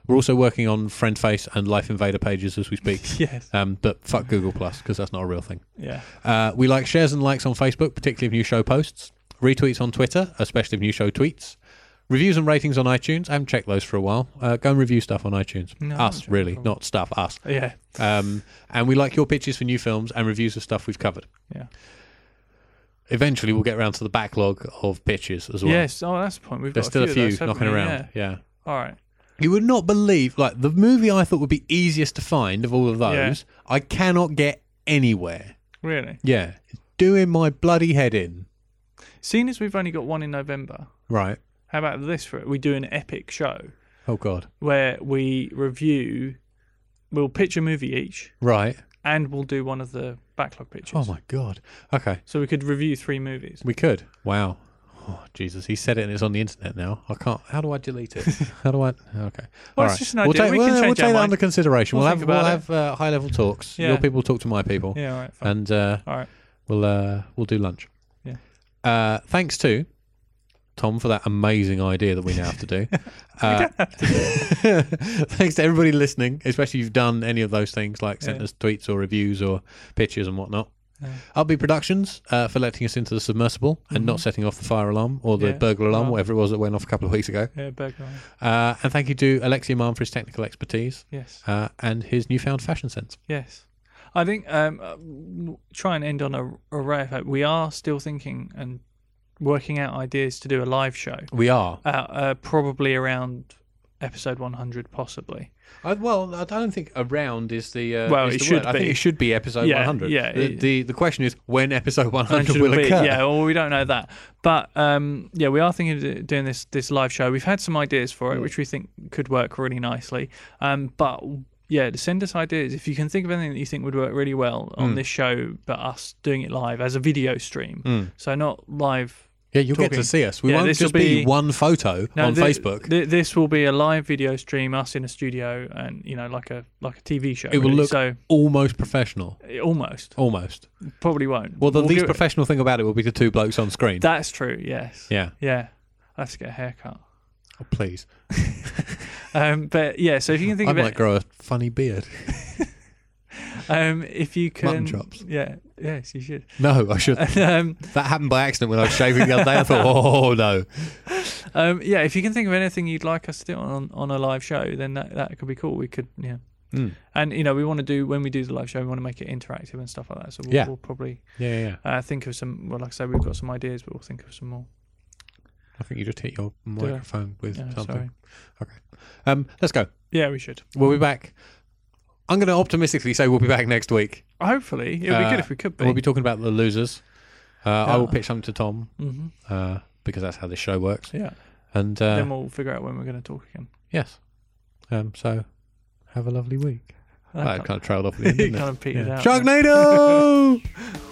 [SPEAKER 1] We're also working on Friend Face and Life Invader pages as we speak.
[SPEAKER 2] Yes.
[SPEAKER 1] Um, but fuck Google Plus because that's not a real thing.
[SPEAKER 2] Yeah.
[SPEAKER 1] Uh, we like shares and likes on Facebook, particularly of new show posts, retweets on Twitter, especially of new show tweets, reviews and ratings on iTunes. I haven't checked those for a while. Uh, go and review stuff on iTunes.
[SPEAKER 2] No, I haven't checked
[SPEAKER 1] us,
[SPEAKER 2] them
[SPEAKER 1] really,
[SPEAKER 2] for a
[SPEAKER 1] not stuff, us.
[SPEAKER 2] Yeah.
[SPEAKER 1] Um, and we like your pitches for new films and reviews of stuff we've covered.
[SPEAKER 2] Yeah.
[SPEAKER 1] Eventually, we'll get round to the backlog of pitches as well.
[SPEAKER 2] Yes. Oh, that's the point. We've
[SPEAKER 1] There's
[SPEAKER 2] got
[SPEAKER 1] still a
[SPEAKER 2] of
[SPEAKER 1] few
[SPEAKER 2] those, haven't
[SPEAKER 1] knocking
[SPEAKER 2] we?
[SPEAKER 1] around.
[SPEAKER 2] Yeah.
[SPEAKER 1] Yeah.
[SPEAKER 2] All right.
[SPEAKER 1] You would not believe, like, the movie I thought would be easiest to find of all of
[SPEAKER 2] Yeah.
[SPEAKER 1] those, I cannot get anywhere.
[SPEAKER 2] Really.
[SPEAKER 1] Yeah. It's doing my bloody head in.
[SPEAKER 2] Seeing as we've only got one in November,
[SPEAKER 1] Right.
[SPEAKER 2] how about this? For we do an epic show
[SPEAKER 1] Oh, God.
[SPEAKER 2] where we review. We'll pitch a movie each,
[SPEAKER 1] Right.
[SPEAKER 2] and we'll do one of the backlog pictures.
[SPEAKER 1] Oh my god. Okay,
[SPEAKER 2] So we could review three movies.
[SPEAKER 1] we could. Wow. Oh, Jesus, he said it and it's on the internet now. I can't. How do I delete
[SPEAKER 2] (laughs)
[SPEAKER 1] it? How do I? Okay. All
[SPEAKER 2] it's
[SPEAKER 1] right.
[SPEAKER 2] just an
[SPEAKER 1] We'll
[SPEAKER 2] idea.
[SPEAKER 1] take,
[SPEAKER 2] We can
[SPEAKER 1] we'll,
[SPEAKER 2] change
[SPEAKER 1] we'll
[SPEAKER 2] our
[SPEAKER 1] take that
[SPEAKER 2] mind.
[SPEAKER 1] under consideration. We'll,
[SPEAKER 2] We'll
[SPEAKER 1] have
[SPEAKER 2] think
[SPEAKER 1] we'll
[SPEAKER 2] about
[SPEAKER 1] have uh, high level talks.
[SPEAKER 2] Yeah.
[SPEAKER 1] Your people talk to my people,
[SPEAKER 2] Yeah, all right, fine.
[SPEAKER 1] and uh,
[SPEAKER 2] all right.
[SPEAKER 1] we'll uh, we'll do lunch.
[SPEAKER 2] Yeah.
[SPEAKER 1] Uh, thanks to Tom for that amazing idea that we now have to
[SPEAKER 2] (laughs)
[SPEAKER 1] do. Uh, (laughs) thanks to everybody listening, especially if you've done any of those things like sent
[SPEAKER 2] Yeah.
[SPEAKER 1] us tweets or reviews or pictures and whatnot.
[SPEAKER 2] Yeah.
[SPEAKER 1] Upbeat Productions uh, for letting us into the submersible and not setting off the fire alarm or the
[SPEAKER 2] Mm-hmm. Yeah.
[SPEAKER 1] burglar alarm,
[SPEAKER 2] Well.
[SPEAKER 1] whatever it was that went off a couple of weeks ago.
[SPEAKER 2] Yeah, burger. King.
[SPEAKER 1] Uh, and thank you to Alexia Mann for his technical expertise
[SPEAKER 2] Yes,
[SPEAKER 1] uh, and his newfound fashion sense.
[SPEAKER 2] yes. I think um, uh, w- try and end on a, a ray of hope. We are still thinking and working out ideas to do a live show,
[SPEAKER 1] We are.
[SPEAKER 2] uh, uh, probably around episode 100, possibly.
[SPEAKER 1] I, Uh, well, I don't think around is the uh,
[SPEAKER 2] Well,
[SPEAKER 1] is
[SPEAKER 2] it
[SPEAKER 1] the
[SPEAKER 2] should
[SPEAKER 1] word. I think
[SPEAKER 2] be.
[SPEAKER 1] it should be episode
[SPEAKER 2] Yeah,
[SPEAKER 1] 100.
[SPEAKER 2] yeah,
[SPEAKER 1] The,
[SPEAKER 2] it-
[SPEAKER 1] the the question is when episode 100
[SPEAKER 2] Should
[SPEAKER 1] will
[SPEAKER 2] be-
[SPEAKER 1] occur.
[SPEAKER 2] Yeah, well, we don't know that, but um, yeah, we are thinking of do- doing this this live show. We've had some ideas for it, which we think could work really nicely. Um, but yeah, to send us ideas if you can think of anything that you think would work really well
[SPEAKER 1] Mm.
[SPEAKER 2] on this show, but us doing it live as a video stream,
[SPEAKER 1] Mm.
[SPEAKER 2] so not live.
[SPEAKER 1] Yeah, you'll get
[SPEAKER 2] Talking.
[SPEAKER 1] to see us. We
[SPEAKER 2] Yeah,
[SPEAKER 1] won't
[SPEAKER 2] this will
[SPEAKER 1] just be,
[SPEAKER 2] be-
[SPEAKER 1] one photo
[SPEAKER 2] No,
[SPEAKER 1] on
[SPEAKER 2] thi-
[SPEAKER 1] Facebook.
[SPEAKER 2] thi- this will be a live video stream, us in a studio, and you know, like a like a TV show.
[SPEAKER 1] it will
[SPEAKER 2] really.
[SPEAKER 1] look
[SPEAKER 2] so
[SPEAKER 1] almost professional.
[SPEAKER 2] almost
[SPEAKER 1] Almost.
[SPEAKER 2] probably won't.
[SPEAKER 1] Well, the
[SPEAKER 2] We'll
[SPEAKER 1] least
[SPEAKER 2] give it-
[SPEAKER 1] professional thing about it will be the two blokes on screen.
[SPEAKER 2] that's true. Yes.
[SPEAKER 1] yeah.
[SPEAKER 2] Yeah. I have to get a haircut.
[SPEAKER 1] Oh, please.
[SPEAKER 2] Um, but yeah, so if you can think
[SPEAKER 1] I
[SPEAKER 2] of
[SPEAKER 1] might
[SPEAKER 2] it,
[SPEAKER 1] grow a funny beard. (laughs)
[SPEAKER 2] um, if you can,
[SPEAKER 1] Mutton chops.
[SPEAKER 2] Yeah, yes, you should. (laughs)
[SPEAKER 1] No, I should.
[SPEAKER 2] um,
[SPEAKER 1] That happened by accident when I was shaving the other day. I thought, (laughs) oh no.
[SPEAKER 2] um, yeah, if you can think of anything you'd like us to do on on a live show, then that that could be cool. We could, yeah.
[SPEAKER 1] Mm.
[SPEAKER 2] And you know, we want to do when we do the live show, we want to make it interactive and stuff like that. So we'll,
[SPEAKER 1] Yeah.
[SPEAKER 2] we'll probably
[SPEAKER 1] Yeah, yeah, yeah.
[SPEAKER 2] uh, think of some. Well, like I say, we've got some ideas, but we'll think of some more.
[SPEAKER 1] I think you just hit your microphone with
[SPEAKER 2] Yeah,
[SPEAKER 1] something.
[SPEAKER 2] sorry.
[SPEAKER 1] Um, let's go.
[SPEAKER 2] Yeah, we should.
[SPEAKER 1] We'll be back. I'm going to optimistically say we'll be back next week.
[SPEAKER 2] Hopefully, it would
[SPEAKER 1] Uh,
[SPEAKER 2] be good if we could be.
[SPEAKER 1] We'll be talking about the losers. Uh, I will
[SPEAKER 2] Yeah.
[SPEAKER 1] pitch something to Tom
[SPEAKER 2] hmm
[SPEAKER 1] uh, because that's how this show works.
[SPEAKER 2] Yeah.
[SPEAKER 1] And uh,
[SPEAKER 2] then we'll figure out when we're going to talk again.
[SPEAKER 1] yes, um, so have a lovely week.
[SPEAKER 2] That (laughs)
[SPEAKER 1] That kind of trailed off at the end,
[SPEAKER 2] kind
[SPEAKER 1] didn't it?
[SPEAKER 2] of petered out. (laughs)
[SPEAKER 1] Sharknado!